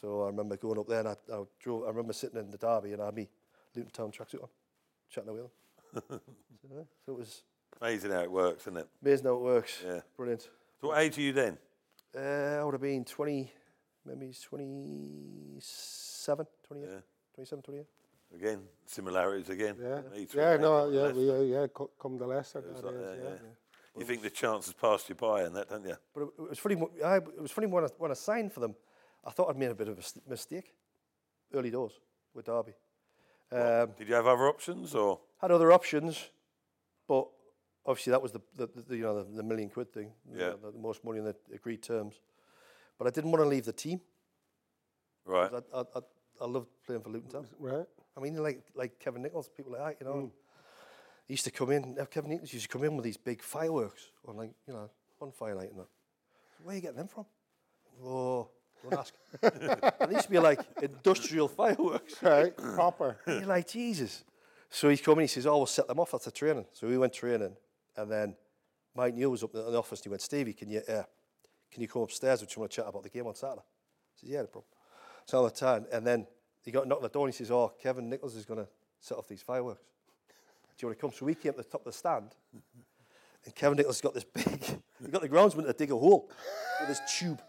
So I remember going up there and I, I drove, I remember sitting in the Derby and I had me Luton Town tracksuit on, chatting away. so, yeah, so it was Amazing how it works, isn't it? amazing how it works. Yeah. Brilliant. So what age are you then? Uh, I would have been 20, maybe it's 27, 28, Yeah. 27, 28. Again, similarities again. Yeah, Me too, yeah, mate, no, but yeah, that's- we, uh, yeah, co- come to Leicester. it was that like is, that, yeah. yeah. You think the chance has passed you by and that, don't you? But it, it was funny. wh- I, it was funny when I, when I signed for them. I thought I'd made a bit of a s- mistake early doors with Derby. Um, Did you have other options or? had other options, but obviously that was the, the, the you know the, the million quid thing. you Yeah. know, the, the most money in the agreed terms. But I didn't want to leave the team. Right. 'cause I, I, I, I loved playing for Luton Town. Right. I mean, like like Kevin Nichols, people like that, you know. He used to come in. uh, Kevin Nichols used to come in with these big fireworks on, like you know, bonfire night and that. where are you getting them from? Whoa, don't ask. it used to be like industrial fireworks. Right, proper. And you're like, Jesus. So he's coming, he says, Oh, we'll set them off after training. So we went training, and then Mike Newell was up in the office and he went, Stevie, can you uh, can you come upstairs? We just want to chat about the game on Saturday. I said, Yeah, no problem. So I turned, and then he got knocked on the door and he says, Oh, Kevin Nichols is going to set off these fireworks. Do you want to come? So we came to the top of the stand, and Kevin Nichols got this big, he got the groundsman to dig a hole with his tube,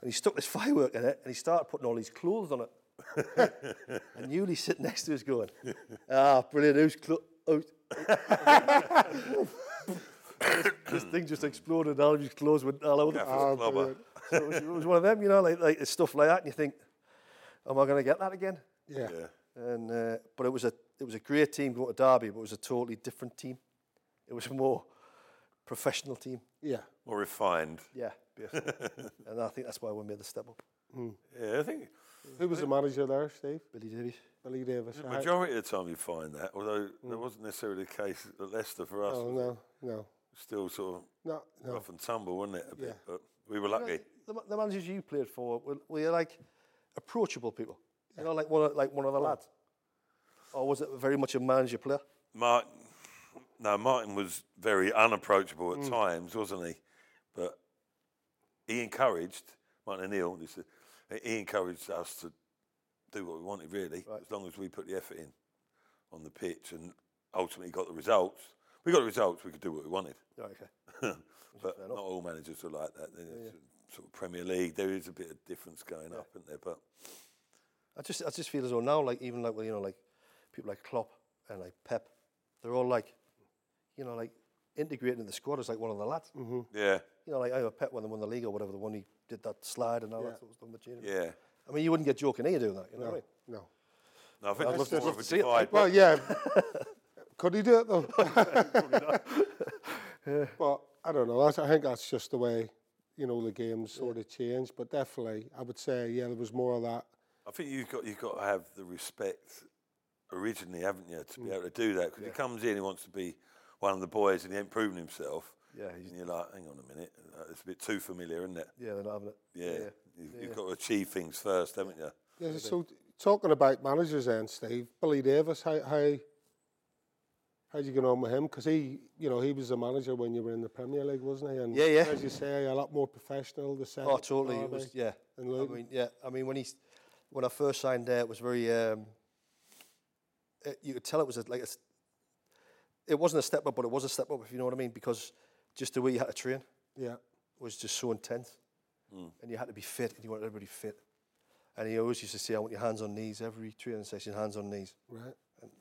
and he stuck this firework in it, and he started putting all his clothes on it. And Newley sitting next to us going, ah, brilliant, who's clo- out? this, this thing just exploded, all of his clothes went all over. the Yeah, Ah, for the clubber. brilliant. so it was, it was one of them, you know, like, like it's stuff like that, and you think, am I going to get that again? Yeah. Yeah. And uh, but it was a it was a great team going to Derby, but it was a totally different team. It was a more professional team. Yeah. More refined. Yeah, basically. and I think that's why we made the step up. Yeah, I think Who was the manager there, Steve? Billy Davies. Billy Davis. the right? majority of the time you find that, although there wasn't necessarily the case at Leicester for us. Oh, no, no. Still sort of No, no. rough and tumble, wasn't it? A bit, Yeah. but we were lucky. The, ma- the managers you played for were, were you like approachable people? You know, like one of, like one of the lads. Or was it very much a manager player? Martin, no, Martin was very unapproachable Mm. at times, wasn't he? But he encouraged Martin O'Neill. He, said, he encouraged us to do what we wanted, really, as long as we put the effort in on the pitch and ultimately got the results. We got the results. We could do what we wanted. Right, okay. but not all managers are like that. They're Sort of Premier League, there is a bit of difference going up, isn't there? But I just I just feel as though now, like even like well, you know, like people like Klopp and like Pep, they're all like, you know, like integrating in the squad as like one of the lads. yeah, You know, like I know Pep when they won the league or whatever, the one he did that slide and all that sort of stuff. with Gino. yeah. I mean, you wouldn't get joking here doing that. You know what I mean? No. No, I think I'd there's love to- more love of a to see it. divide. Well, yeah. Could he do it though? but I don't know. That's, I think that's just the way you know the games sort of changed. But definitely, I would say yeah, there was more of that. I think you've got you've got to have the respect originally, haven't you, to be Mm. able to do that? Because he comes in, he wants to be one of the boys, and he ain't proven himself. Yeah, he's- and you're like, hang on a minute, uh, it's a bit too familiar, isn't it? Yeah, they're not having it. Yeah, You've, you've got to achieve things first, haven't you? Yeah, so talking about managers then, Steve Billy Davis, how how how'd you get on with him? Because he, you know, he was the manager when you were in the Premier League, wasn't he? And Yeah, yeah. As you say, a lot more professional. The Oh, totally. It was Derby. yeah. and I Luton. mean, yeah. I mean, when he s- when I first signed there, it was very. Um, it, you could tell it was a, like a. s- It wasn't a step up, but it was a step up, if you know what I mean, because just the way you had to train yeah, was just so intense, and you had to be fit, and you wanted everybody fit. And he always used to say, "I want your hands on knees every training session, hands on knees." right.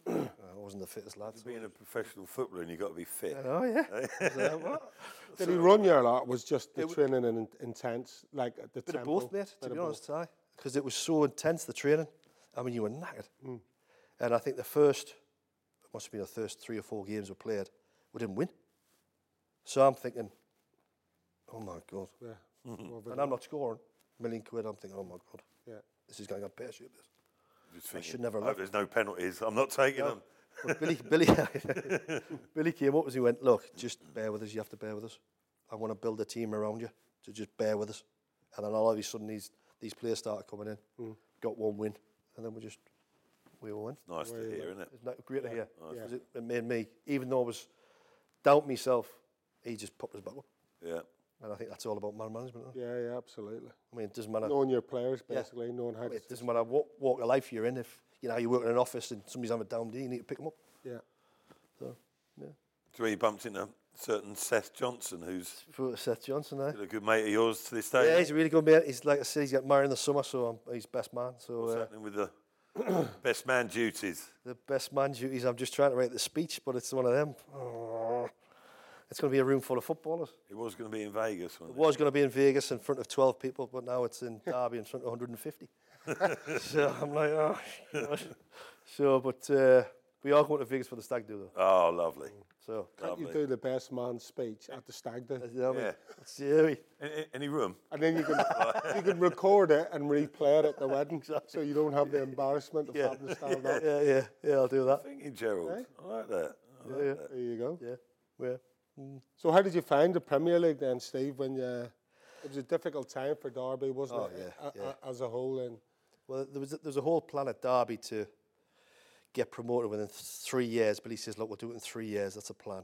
I wasn't the fittest lad. So. Being a professional footballer, and you've got to be fit. Oh yeah. I was like, "What?" Did he run you a lot? Was just the training and in- intense, like at the Bit tempo? of both, mate, to be honest, aye. Because it was so intense, the training. I mean, you were knackered. And I think the first, it must have been the first three or four games we played, we didn't win. So I'm thinking, oh my God. Yeah. Well, but- And I'm not scoring. Million quid, I'm thinking, oh my God, yeah. this is going to pear shaped. this. Just thinking, should never I have hope left. there's no penalties. I'm not taking them. But Billy, Billy, Billy came up and he went, look, just bear with us. You have to bear with us. I want to build a team around you, so just bear with us. And then all of a sudden, these these players started coming in. Got one win, and then we just we all win. Nice to hear, isn't it? Isn't that great to hear? Yeah. 'Cause It, it made me, even though I was doubt myself, he just popped us back up. Yeah. And I think that's all about man management. isn't it? Yeah, yeah, absolutely. I mean, it doesn't matter. Knowing your players, basically, knowing how to. It doesn't matter what walk of life you're in. If you know you work in an office and somebody's having a down day, you need to pick them up. Yeah. It's where you bumped into a certain Seth Johnson, who's For Seth Johnson, eh? still a good mate of yours to this day. Yeah, he's a really good mate. He's like I said, he's got married in the summer, so I'm, he's best man. So uh, Certainly with the best man duties. the best man duties. I'm just trying to write the speech, but it's one of them. It's going to be a room full of footballers. It was going to be in Vegas, wasn't It was going to be in Vegas in front of 12 people, but now it's in Derby in front of 150. so I'm like, oh. gosh." So, but uh, we are going to Vegas for the stag do though. Oh, lovely. So, Can't you do the best man speech at the stag do? you know what I mean? Yeah. It's eerie. Any, any room? And then you can you can record it and replay it at the wedding, so you don't have the embarrassment of having to stand up. Yeah, yeah, yeah. I'll do that. Thinking, Gerald. I like that. I like that. There you go. Yeah, yeah. So how did you find the Premier League then, Steve? When you it was a difficult time for Derby, wasn't Oh, it? yeah, a- yeah. a- as a whole, and Well, there was there was a whole plan at Derby to get promoted within th- three years, but he says, "Look, we'll do it in three years. That's a plan."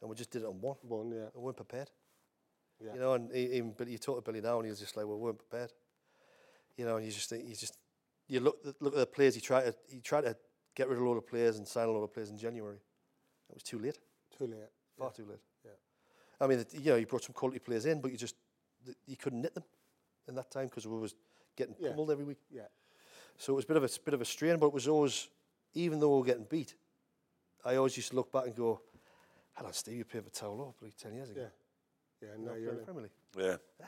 And we just did it in one. one, yeah. We weren't prepared. Yeah. You know, and he- even but you talk to Billy now, and he was just like, "Well, we weren't prepared." You know, and you just think- you just you look th- look at the players. He tried to he tried to get rid of a lot of players and sign a lot of players in January. It was too late, Too late. far too late. Yeah. I mean, it- you know, you brought some quality players in, but you just th- you couldn't knit them in that time because we was getting Yeah. pummeled every week. Yeah. So it was a bit of a bit of a strain, but it was always, even though we were getting beat, I always used to look back and go, "Hello, Steve, you played for Towlow oh, bloody ten years ago. Yeah. Yeah. You're Now not you're playing in. Premier League. Yeah.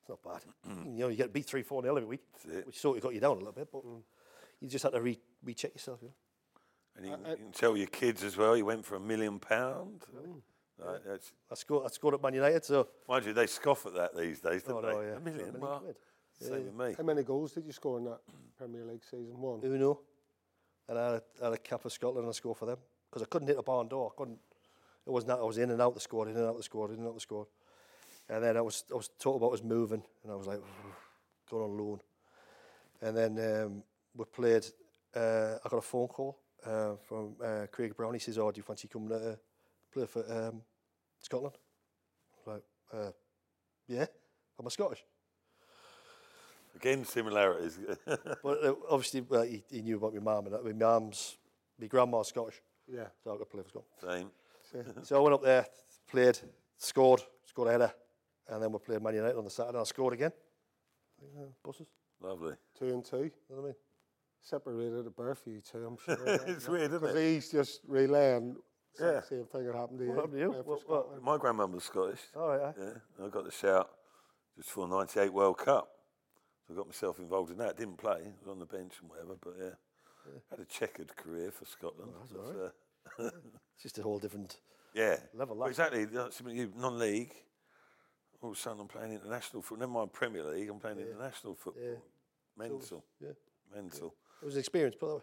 It's not bad. you know, you get beat three, four nil every week, That's it. which sort of got you down a little bit, but Mm. you just had to re- recheck yourself. You know? And you, I- can- I- you can tell your kids as well, you went for a million pounds. Like, that's, I scored, I scored at Man United, so mind you, they scoff at that these days, don't Oh, they? no, yeah. A million, million well, quid. Same with me. How many goals did you score in that Premier League season? One. Uno, and I had, a- I had a cap for Scotland and I scored for them because I couldn't hit a barn door. I couldn't. It wasn't that I was in and out the squad, in and out the squad, in and out the squad. And then I was I was talking about was moving, and I was like, going on loan. And then um, we played. Uh, I got a phone call uh, from uh, Craig Brown. He says, "Oh, do you fancy coming to uh, play for um, Scotland?" I was like, uh, yeah, I'm a Scottish. Again, similarities. But uh, obviously, well, he, he knew about my mum and that. My mum's, my grandma's Scottish. Yeah. So I got to play for Scotland. Same. so I went up there, played, scored, scored a header, and then we played Man United on the Saturday. And I scored again. Yeah, buses, Lovely. Two and two. you know what I mean? Separated at birth, you two, I'm sure. it's weird, Because isn't it? he's just relaying the Yeah. same thing that happened to you. What happened to you? playing for What- what- Scotland. My grandmum was Scottish. All right, aye. Yeah, and I got the shout just for '98 World Cup. So I got myself involved in that. Didn't play, was on the bench and whatever. But yeah, had a checkered career for Scotland. But, uh, It's just a whole different. yeah, Level Well, up. exactly. That's something you non-league. All of a sudden, I'm playing international football. Never mind Premier League. I'm playing international football. Mental, Yeah, mental. it was an experience, put it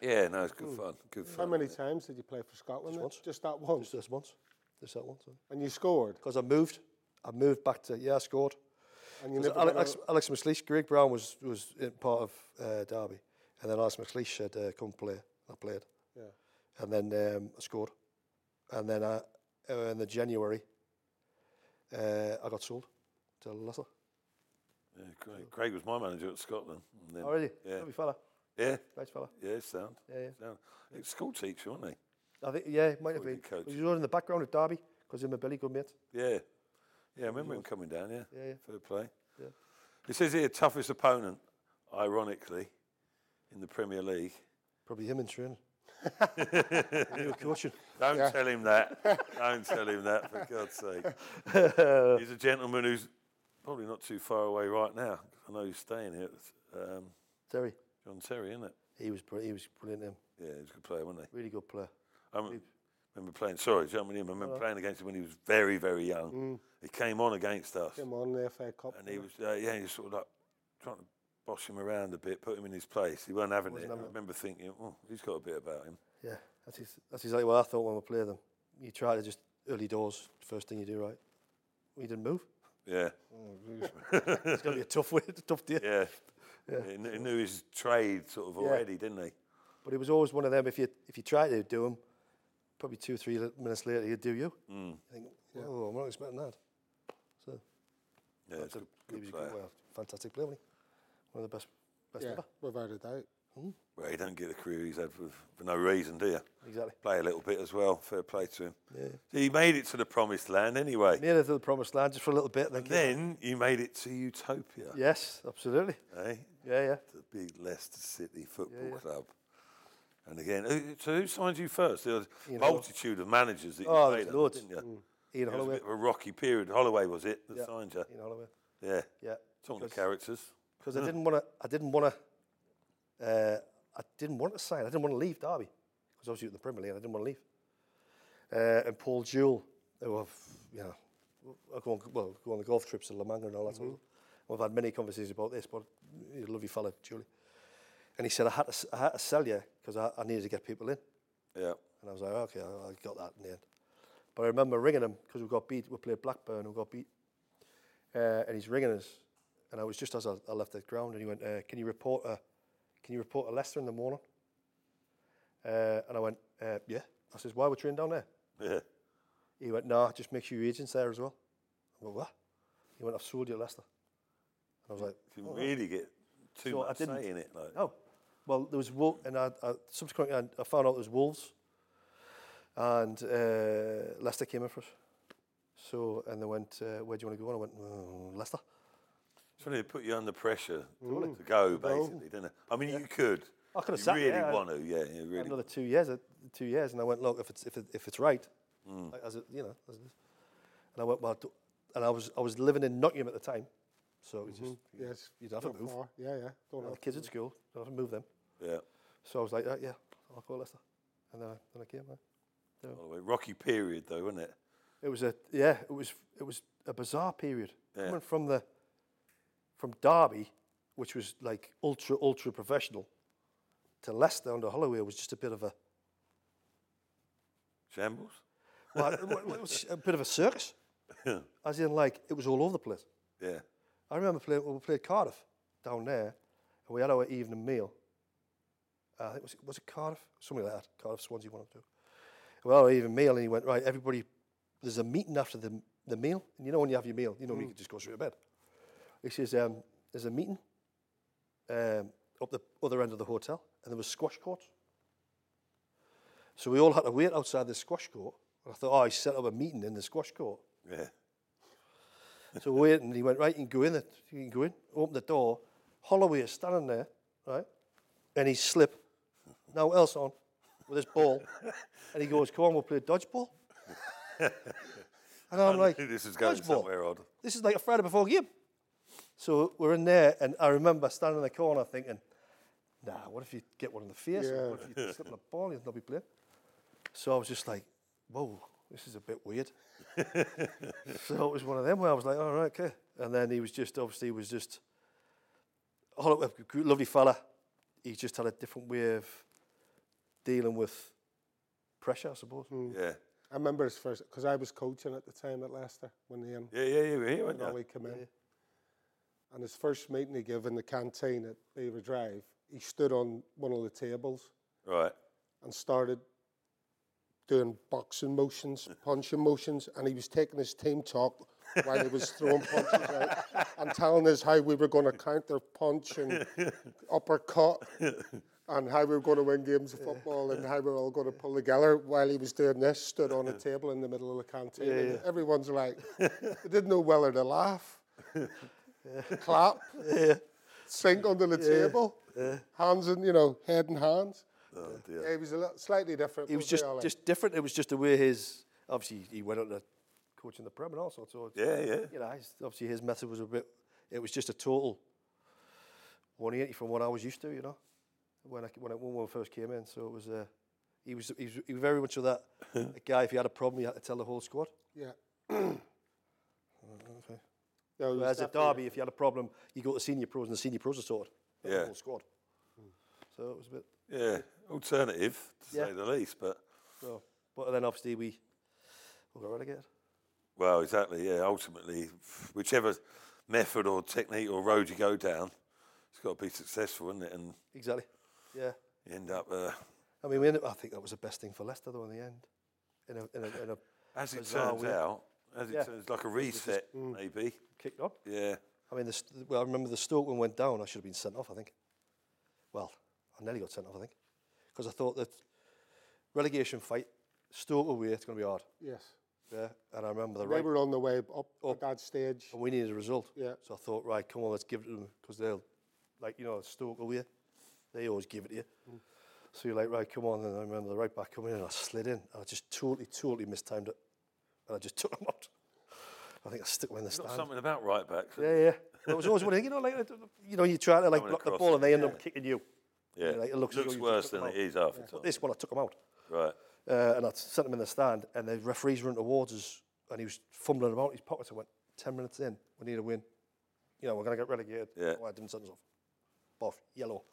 that way. Yeah, no, it's good fun. Good How fun. many times did you play for Scotland? then? once. Just that once. Just this once, just that once. And you scored. Because I moved, I moved back to yeah, I scored. And you So never got Alex, Alex McLeish, Greg Brown was was in part of uh, Derby, and then Alex McLeish said, uh, "Come play." I played. Yeah. and then um, I scored. And then I, uh, in the January, uh, I got sold to Leicester. Yeah, Craig, Craig was my manager at Scotland. And then, Oh, really? Yeah. Lovely fella. yeah, Nice fella. yeah, sound. Yeah, yeah. sound. I think school teacher, wasn't I think, yeah, it might have Quite a been. good coach. He was always in the background at Derby because him and Billy, good mates. he? Yeah, yeah. I remember him coming down. Yeah, Yeah, yeah. Fair play. Yeah. It says here toughest opponent, ironically, in the Premier League. Probably him in training. you were coaching. Don't tell him that. Don't tell him that, for God's sake. He's a gentleman who's probably not too far away right now. I know he's staying here. It's, Um, Terry. John Terry, isn't it? He was, br- he was brilliant, him. Yeah, he was a good player, wasn't he? Really good player. I rem- remember playing, sorry, do you know what I mean? I remember playing against him when he was very, very young. He came on against us. him Mm, on the FA Cup. And he was, uh, yeah, he was sort of like trying to boss him around a bit, put him in his place. He wasn't having it. I remember thinking, oh, he's got a bit about him. Yeah, that's, ex- that's exactly what I thought when we played them. You try to just early doors, first thing you do, right? We didn't move. Yeah, Mm, It's going to be a tough way, tough day. yeah. He, kn- he knew his trade sort of already, didn't he? But it was always one of them. If you if you try to do them, probably two three li- minutes later he'd do you. Mm. You think, oh, I'm not expecting that. So Yeah, it's a he good was a player. good, well, fantastic player. Wasn't he? One of the best, best yeah, ever. without a doubt. Well, you don't get the career he's had for, for no reason, do you? Exactly. Play a little bit as well. Fair play to him. Yeah. So you made it to the promised land anyway. Near to the promised land just for a little bit. Then, And came back. then you made it to Utopia, yes, absolutely. eh? Yeah, yeah. The big Leicester City Football yeah. Club. And again, who, so who signed you first? There was a Ian Holloway. multitude of managers that you Oh, played there's under, loads. Mm, didn't you? Ian It was a Holloway. bit of a rocky period. Holloway was it that Yeah. signed you? Ian Holloway. Yeah. Yeah. Talking to Because- characters. because I didn't want to. I didn't want to. Uh, I didn't want to sign. I didn't want to leave Derby because obviously it was the Premier League. and I didn't want to leave. Uh, and Paul Jewell, who I've you know, I go on, well, go on the golf trips to La Manga and all that. sort of- We've had many conversations about this, but he's a lovely fella, Julie. And he said I had to, s- I had to sell you because I, I needed to get people in. Yeah. And I was like, okay, I, I got that in the end. But I remember ringing him because we got beat. We played Blackburn, and we got beat. uh, and he's ringing us. And I was just as I, I left the ground, and he went, uh, "Can you report a, can you report a Leicester in the morning?" Uh, and I went, uh, "Yeah." I says, "Why we're training down there?" Yeah. He went, "Nah, just make sure your agent's there as well." I went, "What?" He went, "I've sold you a Leicester." And I was like, If you really get too So I much didn't- say in it, like. Oh, well, there was Wolves, and I, I, subsequently I, I found out there was Wolves, and uh, Leicester came in for us. So, and they went, uh, where do you want to go? And I went, "Mm, Leicester. It's funny, they put you under pressure Mm. to go, basically, didn't it? I mean, you could. I could have you sat really there, I- want to, yeah, you really. Another two years, uh, two years, and I went, look, if it's if, it, if it's right, Mm. like, as it, you know, as it is. and I went, well, I do- and I was I was living in Nottingham at the time, so it was just mm-hmm. Yes. you'd have to not move. far. Yeah, yeah. Don't the have kids at school, don't have to move them. Yeah. So I was like, "Right, yeah, I'll go Leicester, and then I, then I came. Right? By the way, rocky period, though, wasn't it? It was a yeah. It was it was a bizarre period Yeah. coming from the from Derby, which was like ultra ultra professional, to Leicester under Holloway was just a bit of a Shambles? well, it wa- it was a bit of a circus. As in, like it was all over the place. Yeah. I remember playing when we played Cardiff down there, and we had our evening meal. Uh, I think was it, was it Cardiff, something like that. Cardiff, Swansea, one or two. Well, our evening meal, and he went right. Everybody, there's a meeting after the the meal, and you know when you have your meal, you know you can just go straight to bed. He says um, there's a meeting um, up the other end of the hotel, and there was squash courts. So we all had to wait outside the squash court. And I thought, oh, he set up a meeting in the squash court. Yeah. So we waited, and he went, right, you can go in, it. you can go in. Open the door. Holloway is standing there, right? And he's slip, now else on, with his ball. And he goes, come on, we'll play dodgeball. and I'm like, Knew this is going dodgeball? somewhere odd. This is like a Friday before game. So we're in there, and I remember standing in the corner thinking, nah, what if you get one in the face? Yeah. What if you slip on a ball? You'll not be playing. So I was just like, whoa, this is a bit weird. so it was one of them where I was like, all right, okay. And then he was just, obviously, he was just, oh, a g- lovely fella. He just had a different way of dealing with pressure, I suppose. Yeah. Mm. I remember his first because I was coaching at the time at Leicester when the um, Yeah, yeah, yeah, we're here, weren't Ollie you? came in. And his first meeting he gave in the canteen at Beaver Drive, he stood on one of the tables Right. and started doing boxing motions, punching motions, and he was taking his team talk while he was throwing punches out and telling us how we were going to counter punch and uppercut and how we were going to win games of football and how we we're all going to pull together while he was doing this, stood on a table in the middle of the canteen. and Everyone's like, they didn't know whether to laugh, clap, sink under the table, hands and, you know, head and hands. Oh, Yeah, dear. he was a lot, slightly different. It was wasn't just, Ollie? just different. It was just the way his, obviously, he went on to coaching the Prem and all sorts. So it's- Yeah, yeah. you know, his, obviously his method was a bit, it was just a total 180 from what I was used to, you know, when I, when I, when we first came in. So it was, uh, he was, he was, he was very much of that a guy, if he had a problem, he had to tell the whole squad. yeah. No, he was Whereas at definitely- Derby, if you had a problem, you go to senior pros and the senior pros are sorted. not Yeah. The whole squad. So it was a bit, Yeah. Alternative, to Yeah. say the least, but. so, but then obviously we, we got relegated. Well, exactly. Yeah. Ultimately, whichever method or technique or road you go down, it's got to be successful, isn't it? And Exactly. Yeah. you end up. Uh, I mean, we ended, I think that was the best thing for Leicester though in the end. In a, in a, in a as it bizarre turns way. out, as it Yeah. turns, like a reset, mm. maybe. kicked on. Yeah. I mean, the, st- well, I remember the Stoke one went down. I should have been sent off. I think. Well, I nearly got sent off. I think because I thought that relegation fight Stoke away. It's going to be hard. Yes. Yeah, and I remember the They right. Oh. were on the way up, at that stage. And we needed a result. Yeah. So I thought, right, come on, let's give it to them because they'll, like you know, Stoke away. They always give it to you. So you're like, right, come on. And I remember the right back coming in, and I slid in, and I just totally, totally mistimed it, and I just took them out. I think I stuck them in the Got stand. something about right backs. Yeah, yeah. Well, it was always one thing, you know, like uh, you know, you try to like Coming block the across ball and they end up kicking you. Yeah. like, it it looks looks, as though you worse took them than it out. is half the time. This one, I took him out, Right. uh, and I sent him in the stand, and the referees run towards us, and he was fumbling about in his pockets. I went ten minutes in, we need a win. You know, we're gonna get relegated. Yeah. Oh, I didn't send us off. Boff, yellow.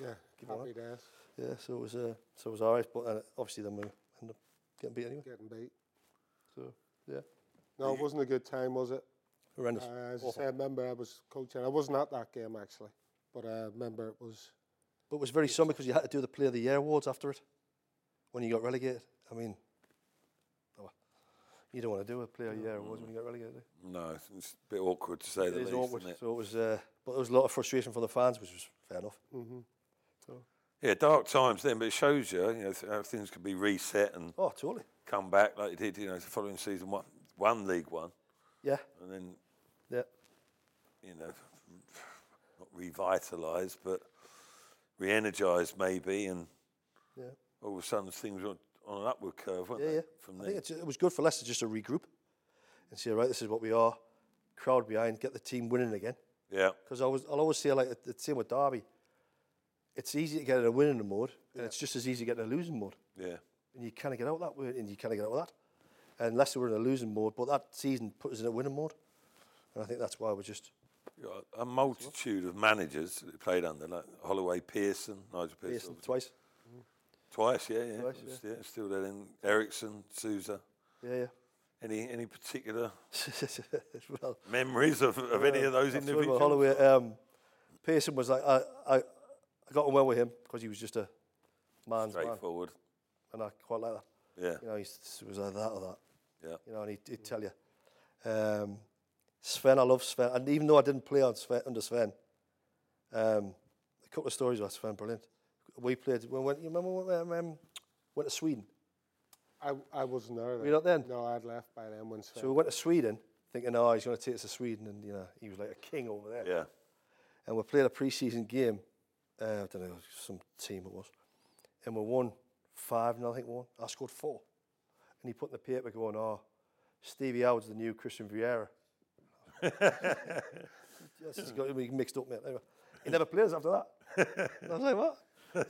Yeah. Happy days. Yeah, so it was, uh, so it was alright, but uh, obviously then we ended up getting beat anyway. Getting beat. So yeah, No, it wasn't a good time, was it? Horrendous. Uh, as I Awful. say, I remember I was coaching. I wasn't at that game actually, but I remember it was. But it was very something because you had to do the Player of the Year awards after it when you got relegated. I mean, oh, you don't want to do a Player of the Year awards when you get relegated. do you? No, it's- it's a bit awkward to say It the least, is awkward. isn't it? So it was, uh, but there was a lot of frustration from the fans, which was fair enough. Yeah, dark times then, but it shows you, you know, th- how things can be reset and Oh, totally. come back like you did, you know, the following season, one, one League One, Yeah, and then, yeah. you know, not revitalised, but re energised maybe, and Yeah. all of a sudden things were on an upward curve, weren't Yeah, they? yeah. From I there. think it's, it was good for Leicester just to regroup and say, right, this is what we are. Crowd behind, get the team winning again. Yeah, Because I was, I'll always say, like, the same with Derby. It's easy to get in a winning mode, and it's just as easy to get in a losing mode. yeah, and you kind of get out that way, and you kind of get out of that. And Leicester were in a losing mode, but that season put us in a winning mode, and I think that's why we're just You got A multitude of managers that they played under, like Holloway, Pearson, Nigel Pearson, Pearson twice. twice, yeah, yeah, Twice, yeah. still there. Then Ericsson, Souza. Yeah, Any any particular yeah. well, memories of, of any Uh, of those that's what about individuals? Holloway, um, Pearson was like I, I, I got on well with him because he was just a man's man, Straightforward. and I quite like that. Yeah, You know, he s- was either that or that. yeah, You know, and he'd, he'd tell you. Um, Sven, I love Sven, and even though I didn't play on Sven, under Sven, um, a couple of stories about Sven, brilliant. We played. We went. You remember when we um, um, went to Sweden? I, I wasn't there. Then. you not then? No, I'd left by then. When Sven- So we went to Sweden, thinking, oh, he's going to take us to Sweden, and you know, he was like a king over there. yeah. And we played a pre-season game. Uh, I don't know some team it was, and we won five, and I think one. I scored four, and he put in the paper going, oh, Stevie Howard's the new Christian Vieira. yes, he's got me mixed up, mate. Anyway, he never plays after that. And I was like, what?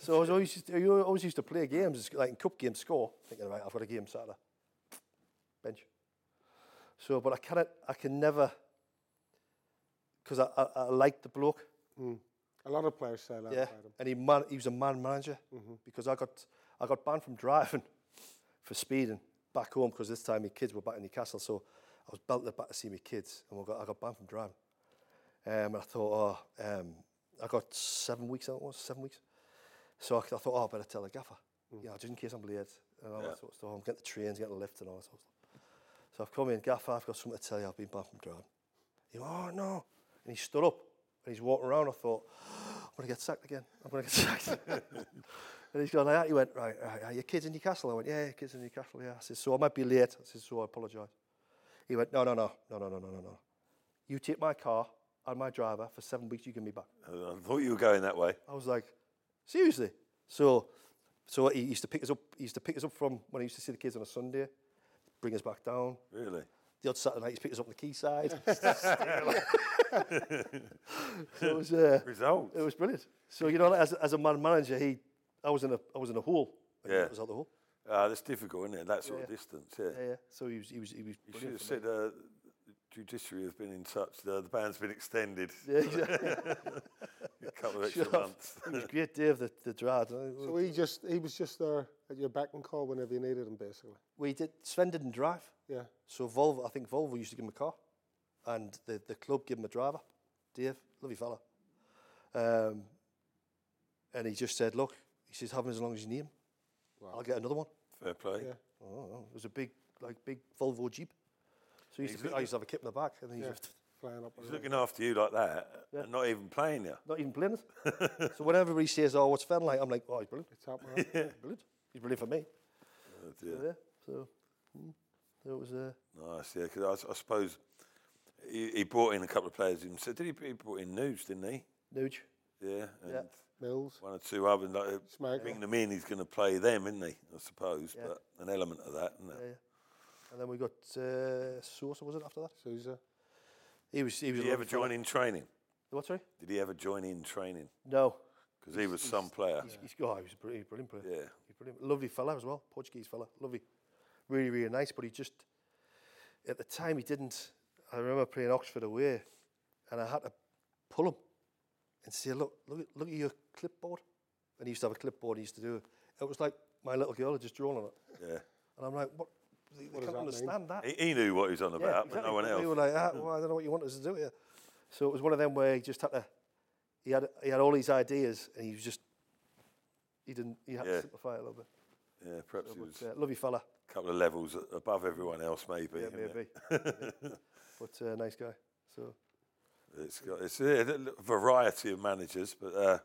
So I was always used to, you always used to play games, like in cup games, score, thinking, right, I've got a game Saturday. Bench. So, but I cannot, I can never, because I, I, I liked the bloke. Mm. a lot of players say that. Yeah, about him. and he man, he was a man manager because I got I got banned from driving for speeding back home because this time my kids were back in Newcastle, so I was belted back to see my kids, and we got I got banned from driving. Um, and I thought, oh, um, I got seven weeks. I think it was seven weeks. So I, I thought, oh, I better tell the gaffer. Yeah, just in case I'm late and all Yeah. that sort of stuff. I'm getting the trains, getting the lift, and all that sort of stuff. So I've come in, gaffer. I've got something to tell you. I've been banned from driving. He went, oh no. And he stood up and he's walking around. I thought, I'm going to get sacked again. I'm going to get sacked. and he's gone like that. He went, right, right, are your kids in Newcastle? I went, yeah, yeah, kids in Newcastle, yeah. I said, so I might be late. I said, so I apologise. He went, no, no, no, no, no, no, no, no, no. You take my car and my driver for seven weeks, you give me back. I thought you were going that way. I was like, seriously? So, so he used to pick us up, he used to pick us up from when he used to see the kids on a Sunday, bring us back down, Really? the odd Saturday night, he's picked us up on the quayside. so it was, uh, Results. it was brilliant. So you know, like, as, as a man manager, he, I was in a, I was in a hole. and he Yeah. was out the hole. Ah, that's difficult, isn't it? That sort of distance. Yeah. Yeah, yeah. So he was, he was, he was. You should Brilliant have for said uh, judiciary has been in touch. The, the ban's been extended me. yeah, exactly. a couple of extra Sure. months. He was great, Dave, the, the dad. So he just he was just there at your beck and call whenever you needed him, basically. We did, Sven didn't drive. Yeah. So Volvo, I think Volvo used to give him a car, and the, the club gave him a driver, Dave, lovely fella. Um, and he just said, "Look," he says, "have him as long as you need him. I'll get another one." Fair play. Yeah. Oh, it was a big, like big Volvo Jeep. So he used to, I used to have a kip in the back, and then he Yeah. just Flying up. He's and looking after you like that and not even playing you. not even playing it. so when everybody says, "Oh, what's Fenn like?" I'm like, "Oh, he's brilliant, it's up, man. he's brilliant, he's brilliant for me." Oh, dear. Yeah. So, mm, so it was. Uh, Nice, yeah, because I, I suppose he, he brought in a couple of players himself. Did he, he brought in Nudes, didn't he? Nuge. Yeah, and Yeah. Mills. one or two others. Like, uh, Smack. bring them in, he's going to play them, isn't he? I suppose, but an element of that, isn't Yeah, it? yeah. And then we got uh, Sosa, was it after that? Souza. He was. He was. a Did he ever lovely fella. join in training? What, sorry? Did he ever join in training? No. Because he was some player. He's, he's, oh, he was a br- he was a brilliant player. Yeah, He's brilliant. Lovely fella as well, Portuguese fella. Lovely. Really, really nice. But he just, at the time, he didn't. I remember playing Oxford away and I had to pull him and say, look, look, at- look at your clipboard. And he used to have a clipboard, he used to do it. It was like my little girl had just drawn on it. yeah, And I'm like, what? They, they does can't that mean? understand that. He, he knew what he was on about, but no one exactly. else. They were like, ah, well, I don't know what you want us to do here. So it was one of them where he just had to, he had, he had all these ideas and he was just, he didn't, he had Yeah. to simplify it a little bit. yeah, perhaps he was But, uh, love you, fella. a couple of levels a- above everyone else, maybe. Yeah, isn't it? maybe. Yeah. But uh, nice guy. So, It's got it's a li- variety of managers, but uh,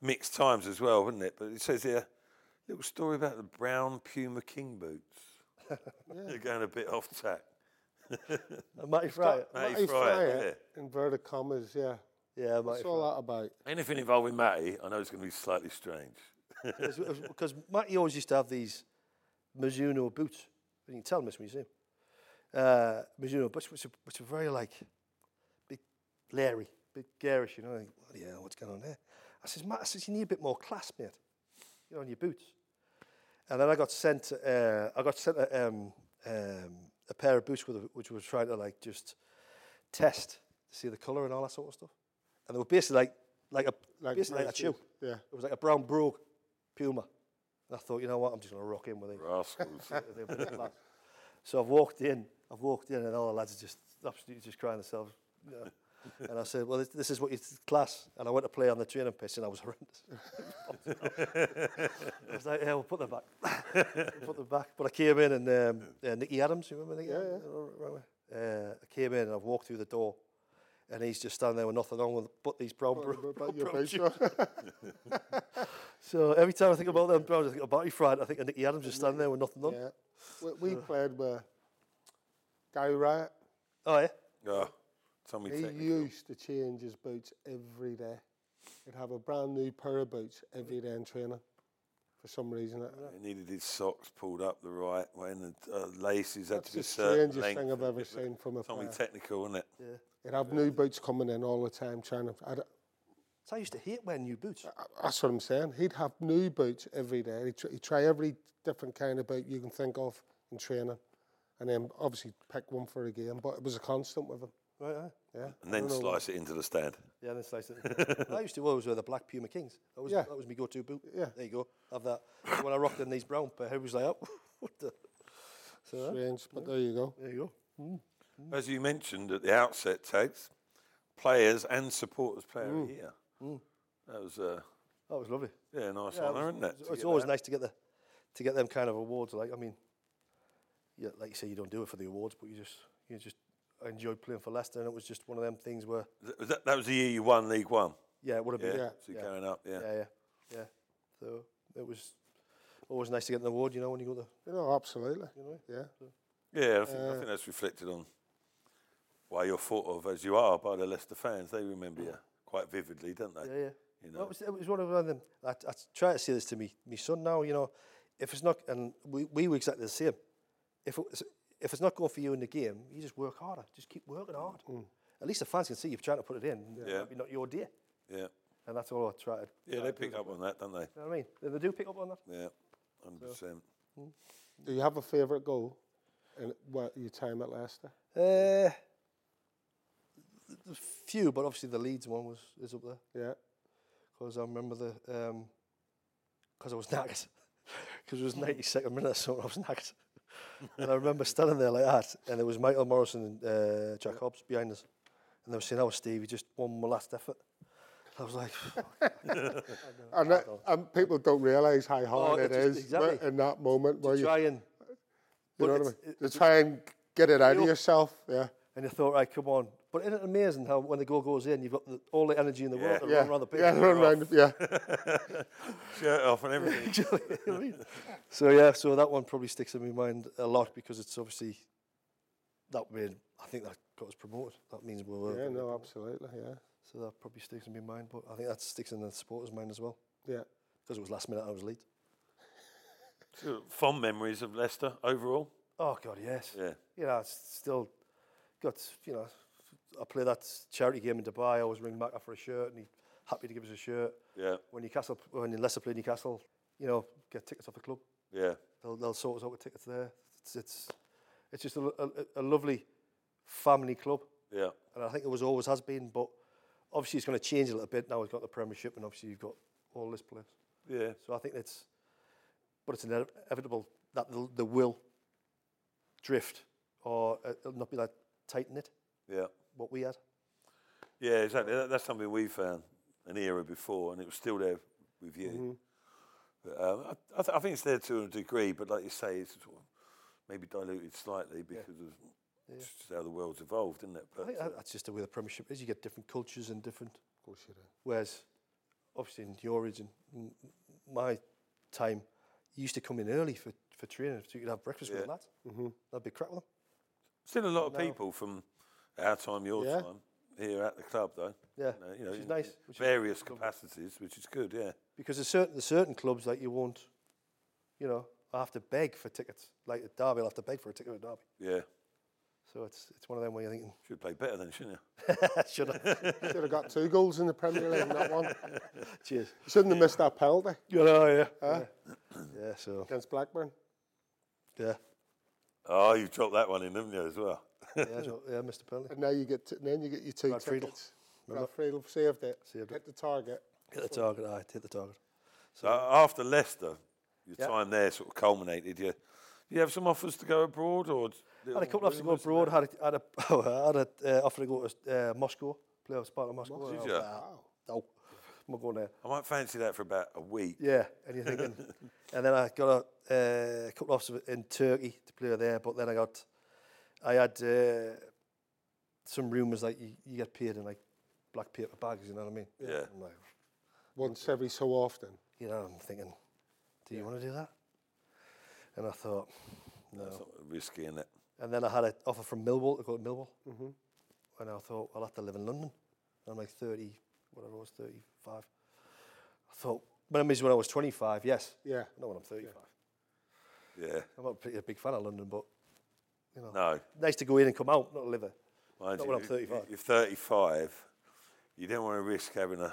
mixed times as well, wouldn't it? But it says here, little story about the brown Puma King boots. You're going a bit off tack. and Matty Fryer. Matty Matty Fryer, Fryer, yeah. Inverted commas, yeah. Yeah, Matty What's all that about? Anything involving Matty, I know it's going to be slightly strange. because Matty always used to have these Mizuno boots. You can tell him this when you see him. Uh, Mizuno boots, which are, which are very like big, leery, big garish. You know, like, bloody hell, what's going on there? I says, Matt, I says, you need a bit more class, mate. You know, on your boots. And then I got sent, uh, I got sent a, um, um, a pair of boots with a, which was trying to like just test to see the colour and all that sort of stuff. And they were basically like, like a, Like basically like braces, a shoe. yeah. It was like a brown brogue Puma. And I thought, you know what, I'm just going to rock in with it. Rascals. They're a bit class. so I've walked in, I've walked in, and all the lads are just absolutely just crying themselves. you know. and I said, well, this, this is what you class. And I went to play on the training pitch, and I was horrendous. I was like, yeah, we'll put them back. we'll put them back. But I came in, and um, uh, Nicky Adams, you remember Nicky? Adams? Uh, I came in, and I've walked through the door, and he's just standing there with nothing on with but these brown bro- About your brown boots, shoes. though. So every time I think about them Browns, I think about you, Fried. I think of Nicky Adams just standing there with nothing on. yeah. We, we played with Gary Wright. Oh, yeah. oh, Tommy He Technical. used to change his boots every day. He'd have a brand new pair of boots every day in training. For some reason, it- He needed his socks pulled up the right way and the uh, laces had that's to be the a certain strangest length. thing I've ever seen from a Tommy player. Technical, wasn't it? He'd have new boots coming in all the time, trying to. I, don't- So I used to hate wearing new boots. I- that's what I'm saying. He'd have new boots every day. He'd, tr- he'd try every different kind of boot you can think of in training, and then obviously pick one for a game. But it was a constant with him. Right, aye. Yeah. And then slice it into the stand. Yeah, and then slice it. I used to always wear the black Puma Kings. That was, Yeah. that was my go-to boot. Yeah. There you go. Have that. So when I rocked in these brown pair, everybody was like, oh, what the? So uh, Strange, but there you go. there you go. As you mentioned at the outset, Tags, players and supporters player of the year. That was a That was lovely. yeah, nice Yeah, it honour, was- isn't it? It's, to it's get always that? nice to get the, to get them kind of awards. Like I mean, yeah, like you say, you don't do it for the awards, but you just you just I enjoyed playing for Leicester, and it was just one of them things where Th- was That, that was the year you won League One. yeah, it would have Yeah, been Yeah. so you're going up. Yeah, yeah, yeah, yeah. So it was always nice to get an award, you know, when you go to You know, absolutely. Yeah. yeah. I, think, I think that's reflected on why you're thought of as you are by the Leicester fans. They remember you quite vividly, don't they? Yeah, yeah. You Well, know. it, was, it was one of them. I, I try to say this to me, my son now, you know, if it's not, and we, we were exactly the same. If it was, if it's not going for you in the game, you just work harder. Just keep working hard. At least the fans can see you're trying to put it in. It Mm. Yeah. might be not your day. Yeah, And that's all I try to. yeah. try They to do. pick up on that, don't they? You know what I mean? They- They do pick up on that. Yeah, hundred percent. Do you have a favourite goal in what, your time at Leicester? Uh, there's few, but obviously the Leeds one was is up there. Yeah. because I remember the because I was knackered because it was 92nd minute or something. I was knackered, and I remember standing there like that, and there was Michael Morrison and uh, Jack Hobbs behind us, and they were saying, "Oh, Stevie, just one more last effort." I was like, And, that, and people don't realise how hard Oh, it it is just- exactly. in that moment where you, "Try and," you know but what I mean? it's- to try and get it out you of know- yourself. Yeah. and you thought, "Right, come on." But isn't it amazing how when the goal goes in, you've got the, all the energy in the world to Yeah. run around the pitch? yeah. Run around. Yeah. Shirt off and everything. Do you know what I mean? so yeah, so that one probably sticks in my mind a lot because it's obviously that made I think that got us promoted. That means we were Yeah. No. Absolutely. Yeah. so that probably sticks in my mind, but I think that sticks in the supporters' mind as well Yeah. because it was last minute I was late. So, Fond memories of Leicester overall. Oh God, yes. Yeah. You know, it's still got you know. I play that charity game in Dubai. I always ring Maca for a shirt, and he's happy to give us a shirt. Yeah, When Newcastle, when Leicester play Newcastle, you know, get tickets off the club. yeah. they'll, they'll sort us out with tickets there. It's it's, it's just a, lo- a, a lovely family club, Yeah, and I think it was always has been. But obviously, it's going to change a little bit now. We've got the Premiership, and obviously, you've got all this place. yeah, So I think it's, but it's inevitable that they, they will drift or uh, it'll not be like tight knit, Yeah. what we had. Yeah, exactly. That, that's something we found an era before, and it was still there with you. Mm-hmm. Mm-hmm. But, um, I, I, th- I think it's there to a degree, but like you say, it's sort of maybe diluted slightly because of just how the world's evolved, isn't it? I But think uh, that- that's just the way the Premiership is. You get different cultures and different. Of course you do. Whereas, obviously, in your origin, m- my time, you used to come in early for, for training so you could have breakfast with Yeah. the lads. Mm-hmm. That'd be crap with them. still a lot of people from our time, your Yeah. time, here at the club, though. Yeah, You know, you know, which is in nice, which is various capacities, which is good, yeah. Because there's certain, there's certain clubs that you won't, you know, I have to beg for tickets. Like at Derby, I'll have to beg for a ticket at Derby. Yeah. So it's, it's one of them where you're thinking, Should play better then, shouldn't you? should I? Should have got two goals in the Premier League, not one. Cheers. Shouldn't have missed that penalty You know, yeah. yeah. Yeah, so, against Blackburn. yeah. Oh, you dropped that one in, didn't you, as well? Yeah, so, yeah Mr. Penley. And now you get t- then you get your two Brad Friedel. tickets. Brad Friedel saved it. Saved it. Hit the target. Hit the target, aye, hit the target. So after Leicester, your Yeah. time there sort of culminated. You, you have some offers to go abroad, or had a couple offers to go abroad. Had a, had a, had a uh, offer to go to uh, Moscow, play with Sparta Moscow. and Did I you? was like, "Ah, No, I'm not going there. I might fancy that for about a week. Yeah, and you're thinking, and then I got a uh, couple offers in Turkey to play there, but then I got, I had uh, some rumours like you, you get paid in like black paper bags. You know what I mean? Yeah. I'm like, Once every so often. you know, I'm thinking, do you want to do that? And I thought, That's not risky, in it? And then I had an offer from Millwall to go to Millwall. Mm-hmm. And I thought, I'll have to live in London. And I'm like 30, whatever I was, 35. I thought, but I mean, when I was 25, yes. Yeah. Not when I'm 35. Yeah. I'm not a big fan of London, but No. nice to go in and come out, not live there. Mind Not you, when I'm you- 35. You're 35. You don't want to risk having a,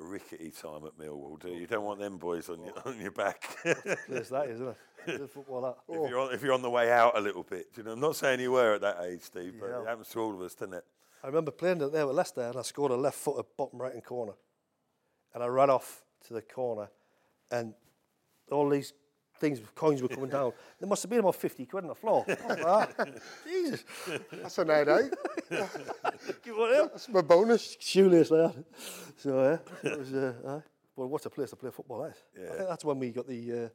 a rickety time at Millwall, do you? You don't want them boys on, Oh. your, on your back. if, Place that is, isn't it? It's a football that. you're on, if you're on the way out a little bit. Do You know, I'm not saying you were at that age, Steve, but Yeah. it happens to all of us, doesn't it? I remember playing it there with Leicester and I scored a left footed bottom right hand corner. And I ran off to the corner and all these things, coins were coming down. There must have been about 50 quid on the floor. Fuck that. Jesus. That's a night out. Give one out. That's my bonus. Shoeless like that. So, yeah, it was, uh, aye. Well, what a place to play football, that is. I Yeah. think that's when we got the, uh,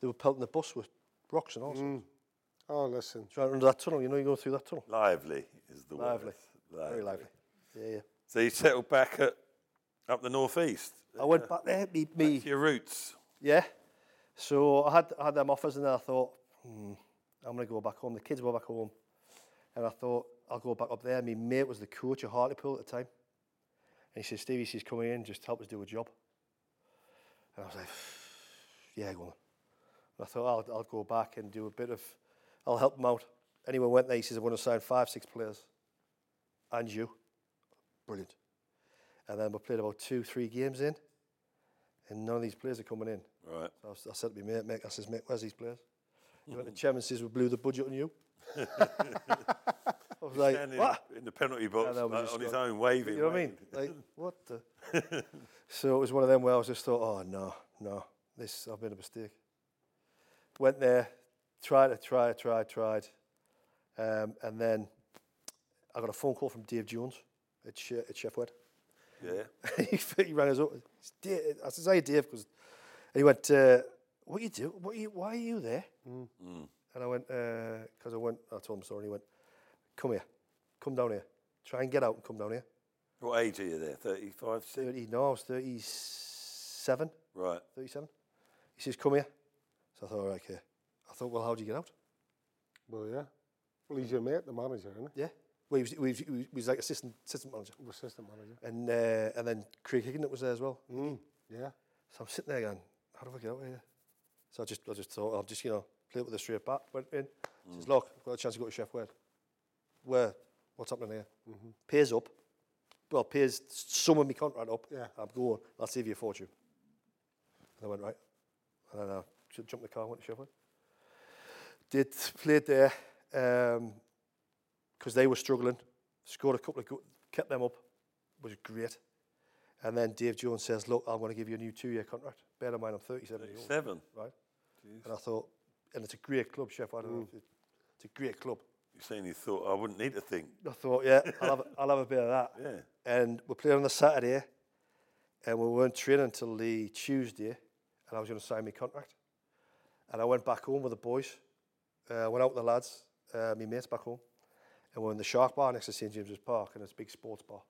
they were pelting the bus with rocks and all sorts. Oh, listen. Trying under that tunnel, you know, you go through that tunnel. Lively is the word. Lively. Very lively. Yeah, yeah. So you settled back at, up the northeast. I went back there, me, me Your roots. Yeah. So I had I had them offers, and then I thought, hmm, I'm going to go back home. The kids were back home, and I thought I'll go back up there. My mate was the coach of Hartlepool at the time, and he said, Stevie, she's coming in, just help us do a job. And I was like, yeah, go on. And I thought I'll, I'll go back and do a bit of, I'll help them out. Anyone went there, he says, I want to sign five, six players, and you. Brilliant. And then we played about two, three games in, and none of these players are coming in. Right. I, was, I said to my mate, mate, I says, mate, where's these players? He went, the chairman says, we blew the budget on you. I was like, Standing what? in the penalty box know, we like, just on his got- own, waving. You know what I mean? waving. Like, what the? so it was one of them where I was just thought, oh, no, no, this, I've made a mistake. Went there, tried it, tried, tried, tried. Um, and then I got a phone call from Dave Jones at, she- at Sheffield. Yeah. he, he rang us up. It's Dave- I says, "Hey, Dave," because and he went, uh, "What you do? What you? Why are you there?" Hmm. And I went because I went. I told him sorry. And he went, "Come here, come down here. Try and get out and come down here." What age are you there? 35, 6? Thirty? No, I was thirty-seven. Right. 37. He says, "Come here." So I thought, "All right, okay." I thought, "Well, how do you get out?" Well, yeah. Well, he's your mate, the manager, isn't Yeah. Well, he was, he was, he was, he was like assistant assistant manager, he? Assistant manager. and uh, and then Craig Higgin was there as well. Mm. Yeah. So I'm sitting there going, how do I get out of here? So I just, I just thought, I'll just, you know, play it with a straight bat. Went in, says, look, I've got a chance to go to Chef Wed. Where? What's happening here? Mm-hmm. Pays up. Well, pays some of my contract up. Yeah. I'm going, I'll save you a fortune. And I went, right. And then I ju- jumped in the car and went to Chef Wed. Did, played there, because they were struggling. Scored a couple of, go- kept them up, was great. And then Dave Jones says, look, I'm going to give you a new two-year contract. Bear in mind, I'm 37 years old, 7. right? And I thought, and it's a great club, Chef. I don't know if it, It's a great club. You're saying you thought I wouldn't need to think. I thought, yeah, I'll have, I'll have a bit of that. Yeah. And we played on the Saturday, and we weren't training until the Tuesday, and I was going to sign my contract. And I went back home with the boys. Uh, I went out with the lads, uh, my mates back home, and we're in the Shark Bar next to St James's Park, and it's a big sports bar.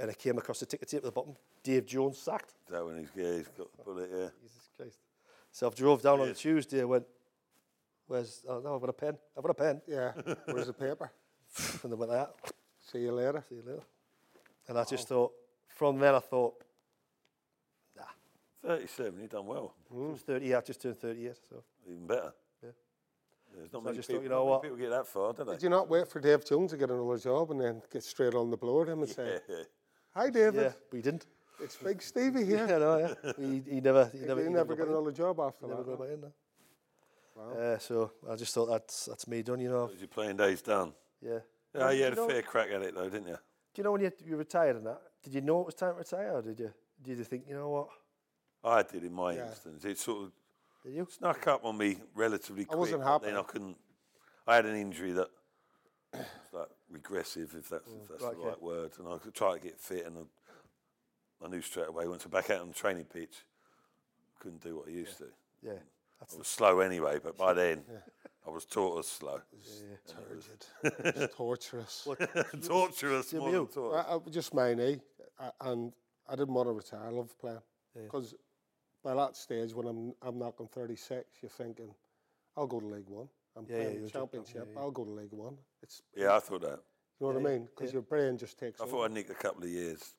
And I came across the ticket tape at the bottom. Dave Jones sacked. Is that when he's, yeah, he's got the bullet, yeah. Jesus Christ. So I drove down on the Tuesday. I went, "Where's? Oh no, I've got a pen. I've got a pen." Yeah. Where's the paper? And they went like that. See you later. See you later. And I just thought, from then I thought, 37, you've done well. I was 30, I just turned 38. So Even better. Yeah. There's not So I many just thought, people, you not know many what? people get that far, do Did they? you not wait for Dave Jones to get another job and then get straight on the blower at him and say, Yeah. Hi, David, yeah, we didn't. it's Big Stevie Yeah, here. no, yeah. He, he never, he Did never, he he never get got back another job after in. Never that. got back in. No. Uh, so I just thought that's that's me done, you know. As your playing days done. Yeah. Yeah, you you had a know- fair crack at it though, didn't you? Do you know when you, you retired and that? Did you know it was time to retire, or did you? Did you think, you know what? I did in my Yeah. instance. It sort of Did you? snuck up on me relatively quick. I wasn't but Then I happy. couldn't. I had an injury that was like regressive, if that's, if that's right, the okay. right word. And I could try to get fit, and I, I knew straight away once I back out on the training pitch, couldn't do what I used to. Yeah. I was slow anyway, but by then I was taught as slow. Turgid. It's torturous. Torturous, more than you? torturous. I, I, just my knee, I, and I didn't want to retire. I love playing because by that stage, when I'm I'm knocking 36, you're thinking, I'll go to League One. I'm yeah, playing you the were talking- Championship. I'll go to League One. It's Yeah, I thought that. you know what I mean because your brain just takes. I over. thought I'd nicked a couple of years,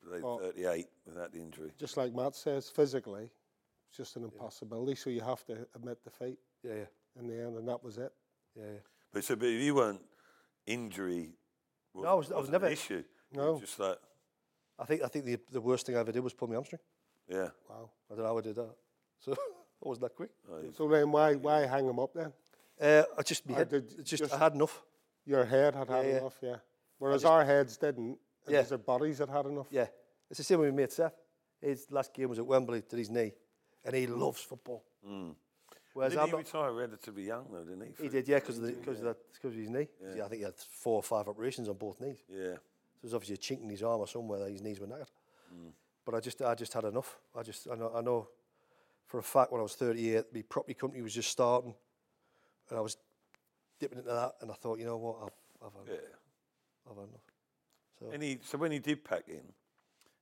but they- Oh. 38 without the injury. just like Matt says, physically, it's just an impossibility. So you have to admit defeat Yeah, yeah, in the end, and that was it. yeah, yeah. But so, but if you weren't injury, wasn't, I was- I was wasn't never- an issue. You No. were just like I think I think the, the worst thing I ever did was pull my hamstring. yeah, Wow. I don't know how I did that. So I wasn't that quick. Oh, So then, why why hang him up then? Uh, I just, my I head, did just, just- I had enough. Your head had had yeah. enough, yeah. Whereas our heads didn't. It Yeah. was their bodies that had enough. Yeah. It's the same with my mate Seth. His last game was at Wembley to his knee, and he loves football. Whereas Mm. didn't I'm he not, retire relatively young though? Didn't he? he For- did, yeah, because of, the, 'cause of, that- 'cause of his knee. Yeah. I think he had four or five operations on both knees. Yeah, So there's obviously a chink in his arm or somewhere that his knees were knackered. Mm. But I just, I just had enough. I just, I know, I know for a fact when I was 38, my property company was just starting, and I was dipping into that, and I thought, you know what, I've, I've, had, yeah. I've had enough. Any so when he did pack in,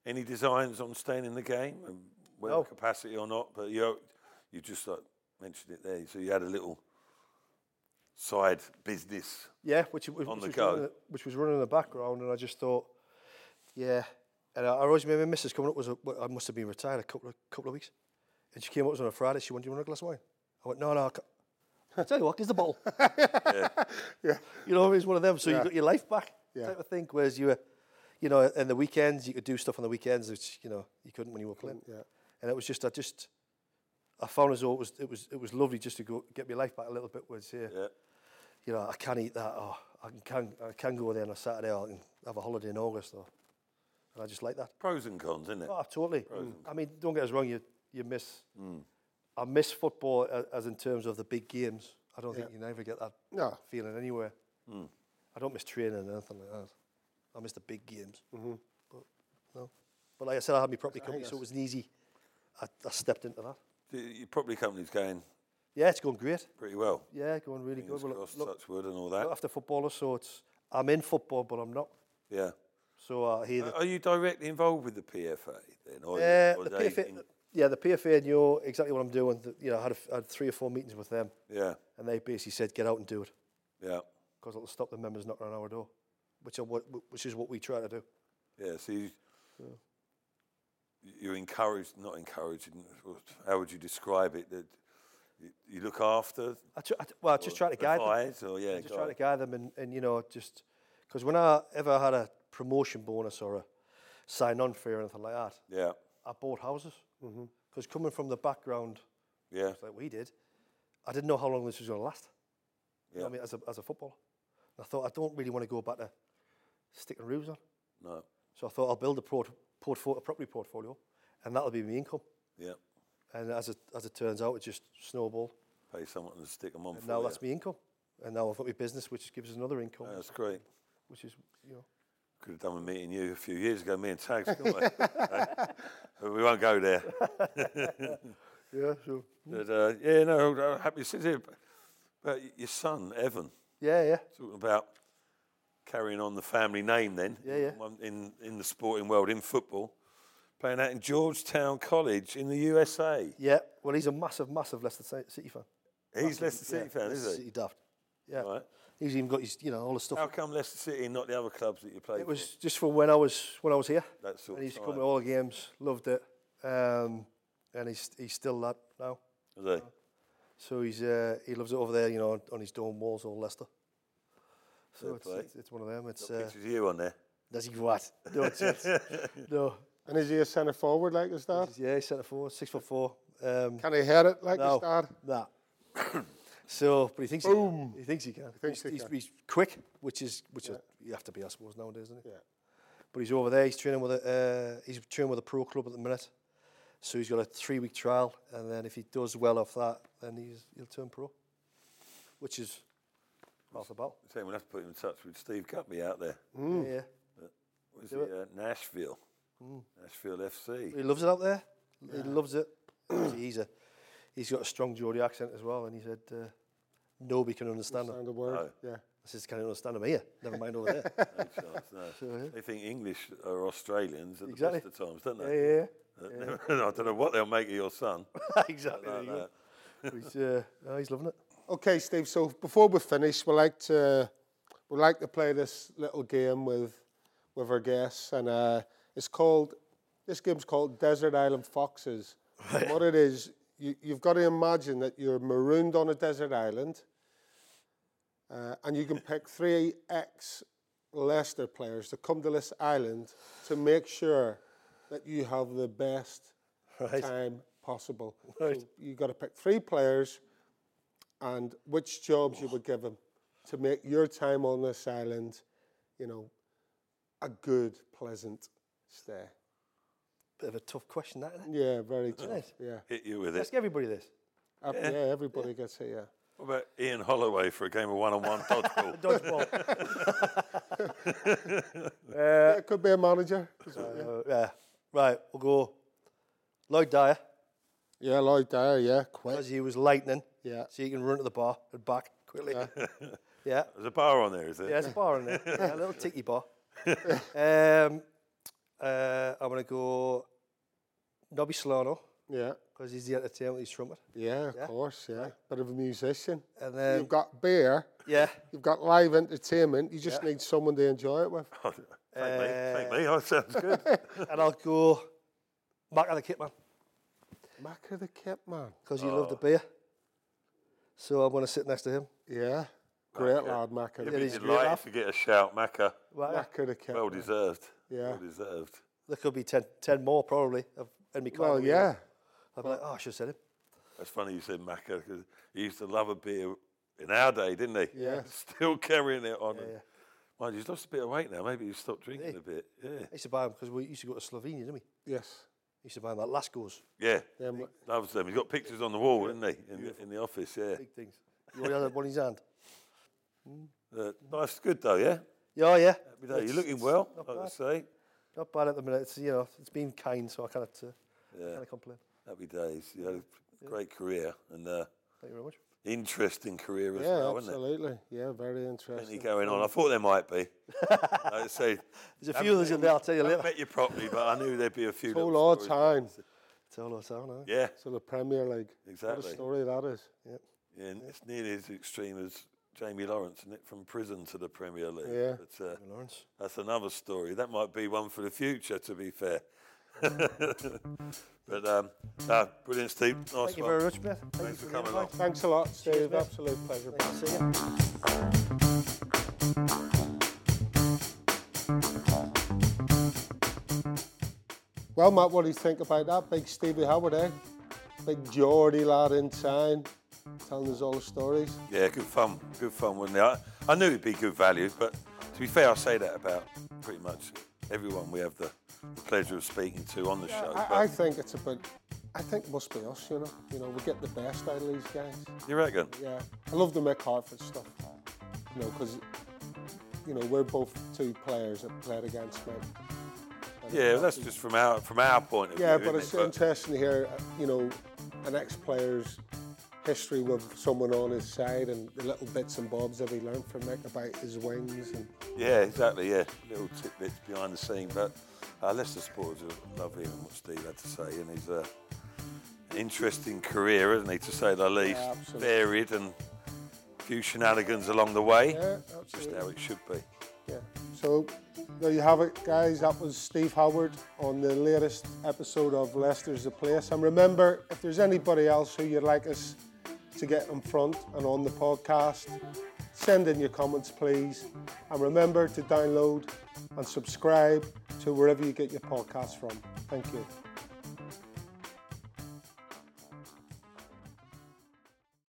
any designs on staying in the game, and whether No. capacity or not? But you you just like mentioned it there, so you had a little side business. Yeah, which, which, On the was go. running, which was running in the background, and I just thought, yeah. And I, I always remember my missus coming up was a, well, I must have been retired a couple of couple of weeks, and she came up to us on a Friday. She went, "Do you want a glass of wine?" I went, "No, no." I can't." I tell you what, here's the bottle. You know, it's one of them. So you got your life back Yeah. type of thing. Whereas you were, you know, in the weekends you could do stuff on the weekends, which you know you couldn't when you were playing. yeah. And it was just, I just, I found as though it was, it was, it was lovely just to go get my life back a little bit. Was here Yeah, you know, I can eat that, or I can, can I can go there on a Saturday, or I can have a holiday in August, or and I just like that. pros and cons, isn't it? Oh, totally. I mean, don't get us wrong, you you miss. Mm. I miss football a- as in terms of the big games. I don't think you never get that No. feeling anywhere. Mm. I don't miss training and anything like that. I miss the big games. Mm-hmm. But no, but like I said, I had my property company, so it was an easy. I, I stepped into that. The- Your property company's going Yeah, it's going great. pretty well. Yeah, going really good. Fingers Well, crossed, look, look, touch wood and all that. after footballers, so it's I'm in football, but I'm not Yeah. So I hear that. Are you directly involved with the PFA then? Or, Uh, or the they PFA, in- yeah, the PFA knew exactly what I'm doing. Th- You know, I had, a f I had three or four meetings with them, yeah, and they basically said, "Get out and do it, yeah, because it'll stop the members knocking on our door," which are what, which is what we try to do. yeah. So you, you're encouraged, not encouraged. How would you describe it? That you- you look after, I tr- I, t- well, I just try to guide them. advise, or yeah, I just try to guide. guide them, and, and you know, just because when I ever had a promotion bonus or a sign-on fee or anything like that, yeah, I bought houses because coming from the background yeah, like we did, I didn't know how long this was going to last. You know what Yeah. I mean, as a, as a footballer. And I thought, I don't really want to go back to sticking roofs on. no, So I thought, I'll build a, port, portfolio, a property portfolio, and that'll be my income. yeah. And as it, as it turns out, it just snowballed. Pay someone to stick them on. And for now you. that's my income. and now I've got my business, which gives us another income, That's great. which is you know. Could have done with meeting you a few years ago, me and Tags, couldn't we? But we won't go there. Yeah, sure. But, uh, yeah, no, I'm happy to sit here. But- But y- your son, Evan, Yeah, yeah. talking about carrying on the family name then. Yeah, yeah. one In, in the sporting world, in football, playing out in Georgetown College in the USA. Yeah, well, he's a massive, massive Leicester Ci- City fan. He's Leicester City yeah, fan, Leicester is he? City daft. Yeah. Right. He's even got his, you know, all the stuff. How come Leicester City and not the other clubs that you played It was just from when I was when I was here. That and sort of he used to come time. to all the games, loved it, um, and he's he's still that now. for? Was he? So he's uh, he loves it over there, you know, on, on his dorm walls, all Leicester. So Fair it's, play. it's it's one of them. It's uh, Pictures of you on there. does he what? No, it's, it's, no. And is he a centre forward like his dad? Yeah, he's centre forward, six foot four. Um, Can he head it like no, his dad? nah. so, but he thinks he, can. he thinks he can. thinks he he's, he's, can. he's quick, which is which is, you have to be, I suppose, nowadays, isn't it? Yeah. But he's over there. He's training with a uh, he's training with a pro club at the minute. So he's got a three week trial, and then if he does well off that, then he's he'll turn pro, which is half the battle. Saying we'll have to put him in touch with Steve Cutby out there. Yeah, Was it uh, Nashville? Hmm. Nashville FC. he loves it out there. He loves it. he's a he's got a strong Geordie accent as well, and he said uh, nobody can understand him. Understand the word? No. Yeah. I says, can I understand him here? Never mind over there. No chance, no. They think English are Australians at Exactly. the best of times, don't yeah, they? yeah, I don't know what they'll make of your son. yeah. exactly. Like there you that. go. he's, uh, no, he's loving it. Okay, Steve. So before we finish, we like to we like to play this little game with with our guests, and uh, it's called this game's called Desert Island Foxes. And what it is, you, you've got to imagine that you're marooned on a desert island, uh, and you can pick three ex Leicester players to come to this island to make sure that you have the best time possible. So you've got to pick three players and which jobs you would give them to make your time on this island, you know, a good, pleasant stay. Bit of a tough question, that. Isn't it? Yeah, very tough. Nice. Yeah. Hit you with Let's it. give everybody this. Up- yeah, Uh, everybody gets it, yeah. What about Ian Holloway for a game of one on one dodgeball? Dodgeball. Yeah, It could be a manager. uh, yeah. Right, we'll go. Lloyd Dyer, Yeah, Lloyd Dyer, yeah, quick. because he was lightning, Yeah. so you can run to the bar and back quickly. Uh. Yeah, yeah, There's a bar on there, is there? there's a bar in there, yeah, a little tiki bar. um, uh, I'm going to go Nobby Solano, Yeah, because he's the entertainment, he's trumpet. yeah, Um, of course, yeah. Bit of a musician. And you've then, got beer, yeah, you've got live entertainment, you just need someone to enjoy it with. Thank me. Thank me. Uh, That sounds good. and I'll go Mac of the Kitman, Mac of the Kip, man. because he loved the beer. So I'm going to sit next to him. Yeah, great lad, Mac of You'd the be Kip. he's great delighted laugh. to get a shout, Macca. Right, Mac of the Kip. Well deserved. Yeah. Well deserved. There could be 10, 10 more, probably, of, in my car. Well, yeah. I'd be like, oh, I should have said him. That's funny you said Macca because he used to love a beer in our day, didn't he? Yeah. Still carrying it on. yeah. Mind you, he's lost a bit of weight now. Maybe he's stopped drinking a bit. Yeah. I used to buy them because we used to go to Slovenia, didn't we? I Yes. used to buy them at Lascos, Yeah. Them- Loves them. He's got pictures on the wall, isn't he? In, the- in the office, yeah. big things. You already had one in his hand. Uh, nice, good though, yeah. Yeah, oh, yeah. Happy day. You're looking well, like I say. Not bad at the minute. It's, you know, it's been kind, so I can't, uh, I Yeah. can't complain. Happy days. You had a great career and uh, Thank you very much. interesting career as Yeah, well, isn't it? absolutely. Yeah, very Plenty interesting. going on. I thought there might be. I say, There's a few others in there, I'll tell you I later. met you properly, but I knew there'd be a few. Whole little lot of stories. time It's all our town, eh? Yeah, to the Premier League. What Exactly. a story that is. yeah, and it's nearly as extreme as Jamie Lawrence, isn't it? From prison to the Premier League. Yeah. But, uh, Lawrence. That's another story. That might be one for the future, to be fair. but um, no, brilliant, Steve. Nice Mm. Thank you one. very much, Beth. Thank Thanks you for the coming invite. Thanks a lot, Steve. mate. Absolute pleasure. See ya. Well, Matt, what do you think about that? Big Stevie Howard, eh? Big Geordie lad in town, telling us all the stories. Yeah, good fun. Good fun, wasn't it? I, I knew it'd be good value, but to be fair, I say that about pretty much everyone we have the, the pleasure of speaking to on the show. but I, I think it's a bit. I think it must be us, you know. You know, we get the best out of these guys. you reckon? Yeah, I love the Mick Hartford stuff. you know, because you know we're both two players that played against men. And Yeah, it- well, that's just from our from our point of yeah, view. but it's isn't it? interesting to hear, uh, you know, an ex-player's history with someone on his side and the little bits and bobs that he learned from Mick about his wings and Yeah, exactly. Yeah, little tidbits behind the scene. But uh, Leicester supporters love hearing what Steve had to say, and he's uh, an interesting career, isn't he, to say the least? Yeah, absolutely. Varied and a few shenanigans along the way. yeah, Just absolutely. how it should be. Yeah. So there you have it, guys. That was Steve Howard on the latest episode of Leicester's the Place. And remember, if there's anybody else who you'd like us to get in front and on the podcast, send in your comments, please. And remember to download and subscribe to wherever you get your podcast from. Thank you.